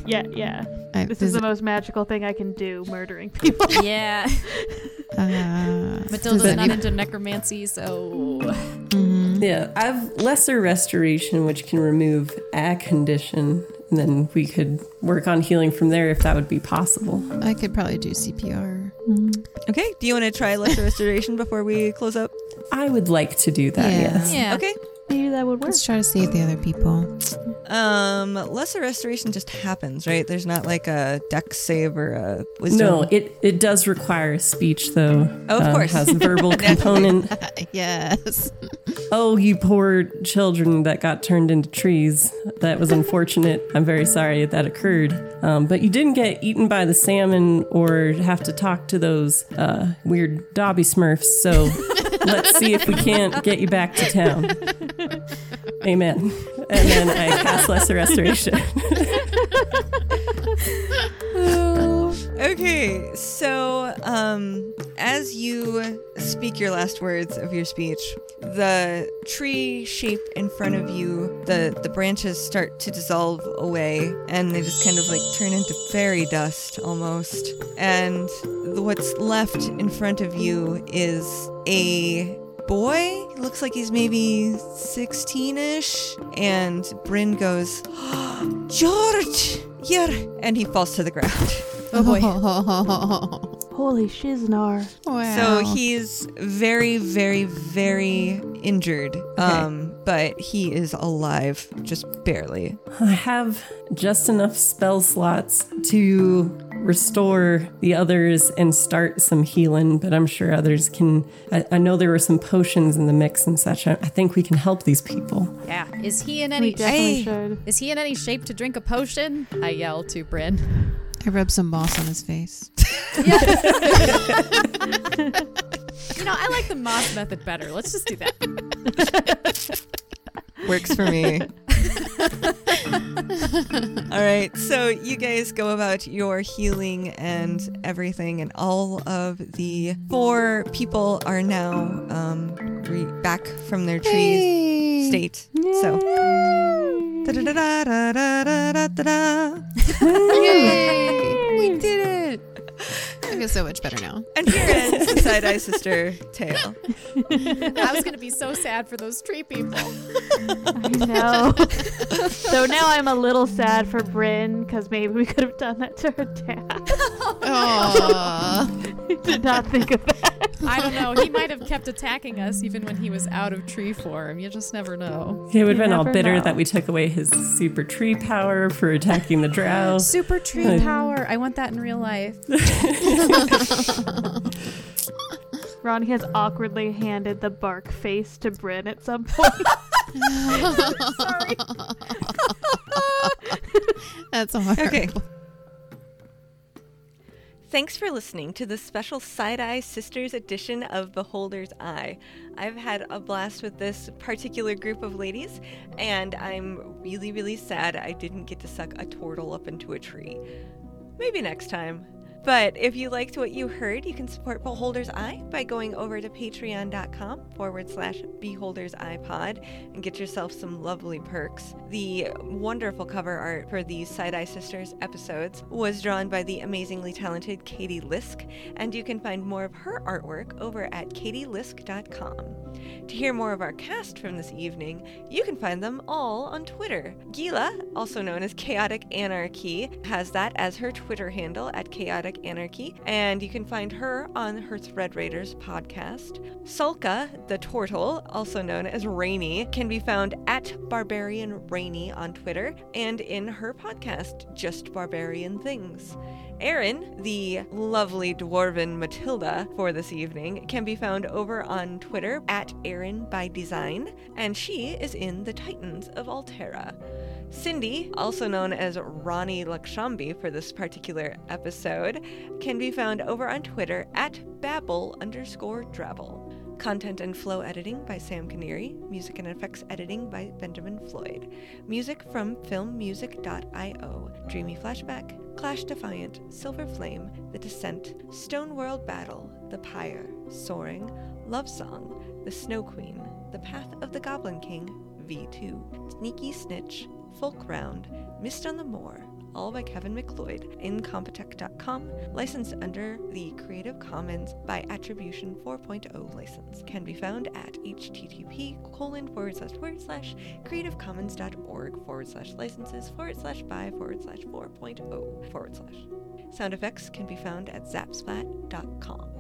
[SPEAKER 2] Yeah, yeah.
[SPEAKER 3] I,
[SPEAKER 2] This is the most magical thing I can do, murdering people.
[SPEAKER 4] yeah.
[SPEAKER 3] uh,
[SPEAKER 4] Matilda's
[SPEAKER 3] does
[SPEAKER 4] not
[SPEAKER 3] any-
[SPEAKER 4] into necromancy, so
[SPEAKER 3] Mhm.
[SPEAKER 5] Yeah, I have lesser restoration, which can remove a condition. And then we could work on healing from there if that would be possible.
[SPEAKER 3] I could probably do CPR.
[SPEAKER 2] Hmm,
[SPEAKER 1] Okay. Do you want to try lesser restoration before we close up?
[SPEAKER 5] I would like to do that,
[SPEAKER 3] Yeah.
[SPEAKER 5] yes.
[SPEAKER 4] yeah.
[SPEAKER 1] Okay.
[SPEAKER 2] Maybe that would work.
[SPEAKER 3] Let's try to save the other people.
[SPEAKER 1] Um, lesser restoration just happens, right? There's not like a deck save or a wisdom.
[SPEAKER 5] No, it, it does require a speech though.
[SPEAKER 1] Oh, of
[SPEAKER 5] Um,
[SPEAKER 1] course.
[SPEAKER 5] has verbal component.
[SPEAKER 3] yes.
[SPEAKER 5] Oh, you poor children that got turned into trees. That was unfortunate. I'm very sorry that occurred. Um, but you didn't get eaten by the salmon or have to talk to those uh, weird Dobby Smurfs. So let's see if we can't get you back to town. Amen. And then I cast Lesser Restoration.
[SPEAKER 1] Okay. So, um, as you speak your last words of your speech, the tree shape in front of you, the the branches start to dissolve away, and they just kind of like turn into fairy dust almost. And the- what's left in front of you is a boy looks like he's maybe 16ish and Bryn goes George Here! And he falls to the ground.
[SPEAKER 4] Oh boy.
[SPEAKER 2] Holy shiznar.
[SPEAKER 3] Wow.
[SPEAKER 1] So he's very, very, very injured. Um, but he is alive, just barely.
[SPEAKER 5] I have just enough spell slots to restore the others and start some healing, but I'm sure others can. I, I know there were some potions in the mix and such. I, I think we can help these people.
[SPEAKER 4] Yeah. Is he in
[SPEAKER 2] We
[SPEAKER 4] any
[SPEAKER 2] definitely
[SPEAKER 1] Hey.
[SPEAKER 2] should.
[SPEAKER 4] is he in any shape to drink a potion? I yell to Bryn.
[SPEAKER 3] I rubbed some moss on his face.
[SPEAKER 4] You know, I like the moss method better. Let's just do that.
[SPEAKER 1] Works for me. All right, so you guys go about your healing and everything, and all of the four people are now um, re- back from their tree state. So. Da-da-da-da-da-da-da-da-da.
[SPEAKER 3] We did it. I feel so much better now.
[SPEAKER 1] And here ends the side eye sister tale.
[SPEAKER 4] I was gonna be so sad for those tree people.
[SPEAKER 2] I know. so now I'm a little sad for Bryn because maybe we could have done that to her dad.
[SPEAKER 3] Oh,
[SPEAKER 2] Did not think of that.
[SPEAKER 4] I don't know. He might have kept attacking us even when he was out of tree form. You just never know.
[SPEAKER 5] It would
[SPEAKER 2] You
[SPEAKER 5] have been all
[SPEAKER 2] never
[SPEAKER 5] bitter
[SPEAKER 2] know.
[SPEAKER 5] that we took away his super tree power for attacking the drow.
[SPEAKER 4] Super tree power. I want that in real life.
[SPEAKER 2] Ronnie has awkwardly handed the bark face to Bryn at some point.
[SPEAKER 3] that's hard.
[SPEAKER 1] Okay. Thanks for listening to this special Side Eye Sisters edition of Beholder's Eye. I've had a blast with this particular group of ladies, and I'm really, really sad I didn't get to suck a turtle up into a tree. Maybe next time. But if you liked what you heard, you can support Beholder's Eye by going over to patreon.com forward slash beholder's iPod and get yourself some lovely perks. The wonderful cover art for the Side Eye Sisters episodes was drawn by the amazingly talented Katie Lisk, and you can find more of her artwork over at katielisk.com. To hear more of our cast from this evening, you can find them all on Twitter. Gila, also known as Chaotic Anarchy, has that as her Twitter handle at Chaotic Anarchy, and you can find her on her Thread Raiders podcast. Sulka, the Tortle, also known as Rainy, can be found at Barbarian Rainy on Twitter and in her podcast, Just Barbarian Things. Erin, the lovely dwarven Matilda for this evening, can be found over on Twitter at Erin by Design, and she is in the Titans of Altera. Cindy, also known as Ronnie Lakshambi for this particular episode, can be found over on Twitter at Babble underscore Drabble. Content and flow editing by Sam Canary. Music and effects editing by Benjamin Floyd. Music from filmmusic.io. Dreamy Flashback, Clash Defiant, Silver Flame, The Descent, Stone World Battle, The Pyre, Soaring, Love Song, The Snow Queen, The Path of the Goblin King, V2, Sneaky Snitch, Folk Round, Mist on the Moor, all by Kevin McLeod, incompetech.com, licensed under the Creative Commons by Attribution 4.0 license. Can be found at http colon forward slash forward slash creativecommons.org forward slash licenses forward slash oh by forward slash 4.0 forward slash. Sound effects can be found at zapsplat.com.